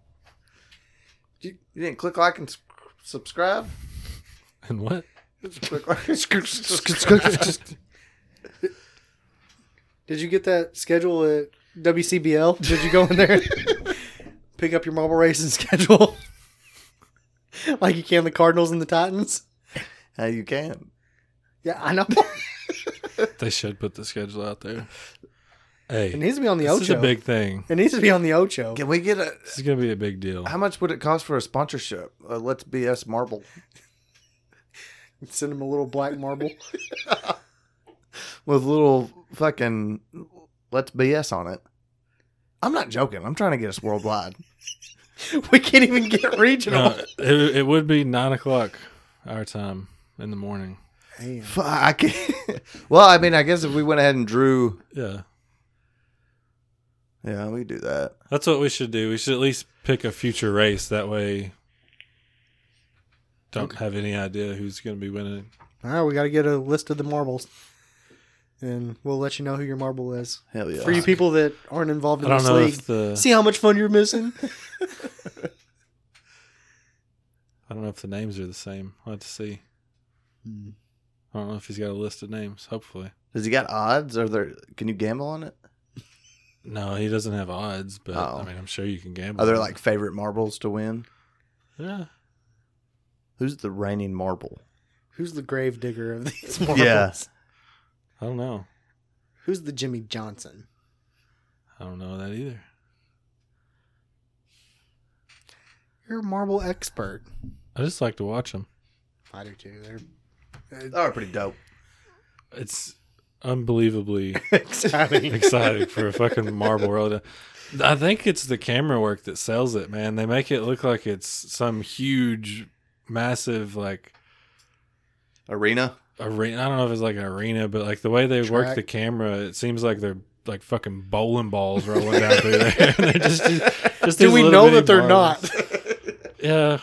Speaker 1: you, you didn't click like and s- subscribe.
Speaker 2: And what?
Speaker 1: Just click like and subscribe.
Speaker 2: I
Speaker 3: Did you get that schedule at WCBL? Did you go in there, pick up your marble racing schedule, like you can the Cardinals and the Titans?
Speaker 1: How you can?
Speaker 3: Yeah, I know.
Speaker 2: they should put the schedule out there.
Speaker 3: it
Speaker 2: Hey,
Speaker 3: needs to be on the
Speaker 2: this
Speaker 3: Ocho.
Speaker 2: is a big thing.
Speaker 3: it needs to be on the Ocho.
Speaker 1: Can we get a?
Speaker 2: This is gonna be a big deal.
Speaker 1: How much would it cost for a sponsorship? Uh, Let's BS Marble.
Speaker 3: Send him a little black marble.
Speaker 1: with little fucking let's BS on it. I'm not joking. I'm trying to get us worldwide.
Speaker 3: we can't even get regional.
Speaker 2: No, it, it would be nine o'clock our time in the morning.
Speaker 3: Damn.
Speaker 1: Fuck, I can't. Well, I mean, I guess if we went ahead and drew,
Speaker 2: Yeah,
Speaker 1: yeah, we do that.
Speaker 2: that's what we should do. We should at least pick a future race. That way, don't have any idea who's gonna be winning.
Speaker 3: All right, we got to get a list of the marbles, and we'll let you know who your marble is.
Speaker 1: Hell yeah.
Speaker 3: For you people that aren't involved
Speaker 2: I
Speaker 3: in
Speaker 2: don't
Speaker 3: this
Speaker 2: know
Speaker 3: league,
Speaker 2: if the
Speaker 3: see how much fun you're missing.
Speaker 2: I don't know if the names are the same. I'll have to see.
Speaker 1: Hmm.
Speaker 2: I don't know if he's got a list of names. Hopefully,
Speaker 1: Does he got odds? Are there? Can you gamble on it?
Speaker 2: no, he doesn't have odds. But
Speaker 1: Oh.
Speaker 2: I mean, I'm sure you can gamble.
Speaker 1: Are there
Speaker 2: on
Speaker 1: like favorite marbles to win?
Speaker 2: it. yeah,
Speaker 1: Who's the reigning marble?
Speaker 3: Who's the grave digger of these marbles?
Speaker 1: Yeah.
Speaker 2: I don't know.
Speaker 3: Who's the Jimmy Johnson?
Speaker 2: I don't know that either.
Speaker 3: You're a marble expert.
Speaker 2: I just like to watch them.
Speaker 3: I do too. They're uh,
Speaker 1: That were pretty dope.
Speaker 2: It's unbelievably.
Speaker 3: exciting.
Speaker 2: exciting for a fucking marble road. I think it's the camera work that sells it, man. They make it look like it's some huge, massive like
Speaker 1: Arena.
Speaker 2: arena. I don't know if it's like an arena, but like the way they
Speaker 3: Track.
Speaker 2: work the camera, it seems like they're like fucking bowling balls rolling down through there. they're just, just
Speaker 3: do
Speaker 2: these
Speaker 3: we
Speaker 2: little
Speaker 3: know
Speaker 2: bitty
Speaker 3: that they're
Speaker 2: marbles.
Speaker 3: not?
Speaker 2: Yeah,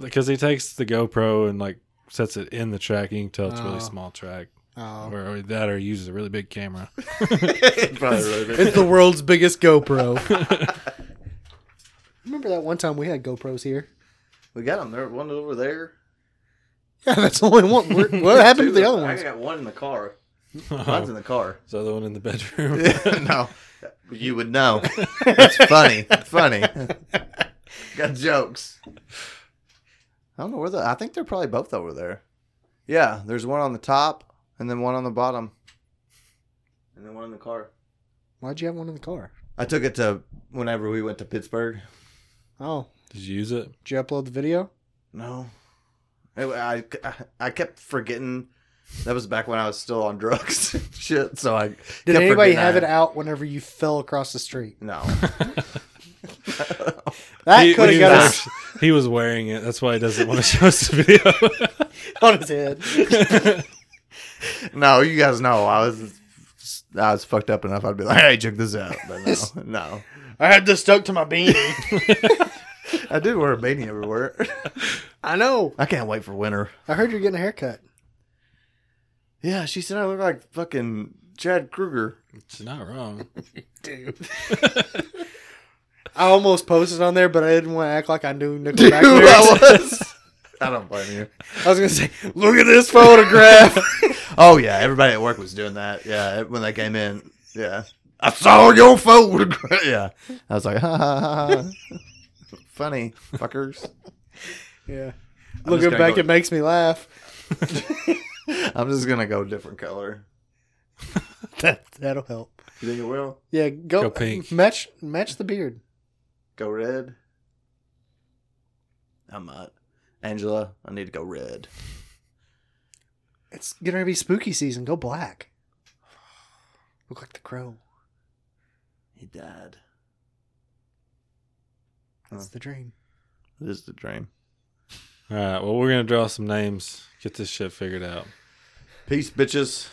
Speaker 2: because he takes the GoPro and like sets it in the track. You can tell it's a
Speaker 3: Oh.
Speaker 2: really small track,
Speaker 3: Oh.
Speaker 2: or, or that, or he uses a really big camera.
Speaker 1: Probably really
Speaker 3: It's the world's biggest GoPro. Remember that one time we had GoPros here?
Speaker 1: we got them. There, one over there.
Speaker 3: Yeah, that's the only one. We're- What happened to the other
Speaker 1: I
Speaker 3: ones?
Speaker 1: got one in the car. Mine's in the car.
Speaker 2: Is that the one in the bedroom?
Speaker 1: Oh. no, you would know. It's funny. funny. Got jokes. I don't know where the. I think they're probably both over there. Yeah, there's one on the top and then one on the bottom, and then one in the car.
Speaker 3: Why'd you have one in the car?
Speaker 1: I took it to whenever we went to Pittsburgh.
Speaker 3: Oh,
Speaker 2: Did you use it?
Speaker 3: did you upload the video?
Speaker 1: No, I I, I kept forgetting. That was back when I was still on drugs, and shit. So I
Speaker 3: Did
Speaker 1: kept
Speaker 3: anybody
Speaker 1: forgetting I
Speaker 3: have it
Speaker 1: had-
Speaker 3: out whenever you fell across the street?
Speaker 1: No.
Speaker 3: That
Speaker 2: he,
Speaker 3: could
Speaker 2: he
Speaker 3: have got
Speaker 2: was
Speaker 3: us
Speaker 2: actually- he was wearing it. That's why he doesn't want to show us the video.
Speaker 3: on his head.
Speaker 1: No, you guys know I was I was fucked up enough. I'd be like, hey, check this out. But no, no,
Speaker 3: I had this stuck to my beanie.
Speaker 1: I do wear a beanie everywhere.
Speaker 3: I know.
Speaker 1: I can't wait for winter.
Speaker 3: I heard you're getting a haircut.
Speaker 1: Yeah, she said I look like fucking Chad Kruger.
Speaker 2: It's not wrong.
Speaker 3: Dude. I almost posted on there, but I didn't want to act like I knew Nickelback.
Speaker 1: Who
Speaker 3: lyrics.
Speaker 1: I was. I don't blame you.
Speaker 3: I was gonna say, look at this photograph.
Speaker 1: Oh yeah, everybody at work was doing that. Yeah, when they came in. Yeah, I saw your photograph. Yeah, I was like, ha ha ha. ha. Funny fuckers.
Speaker 3: yeah,
Speaker 1: I'm
Speaker 3: Looking
Speaker 1: just gonna
Speaker 3: back,
Speaker 1: go-
Speaker 3: it makes me laugh.
Speaker 1: I'm just gonna go different color.
Speaker 3: That that'll help.
Speaker 1: You think it will?
Speaker 3: Yeah, go,
Speaker 2: Go pink.
Speaker 3: Match match the beard.
Speaker 1: Go red. I'm not. Angela, I need to go red.
Speaker 3: It's gonna be spooky season. Go black. Look like the crow.
Speaker 1: He died.
Speaker 3: That's
Speaker 1: Huh.
Speaker 3: the dream.
Speaker 1: This is the dream.
Speaker 2: All right. Well, we're gonna draw some names. Get this shit figured out.
Speaker 1: Peace, bitches.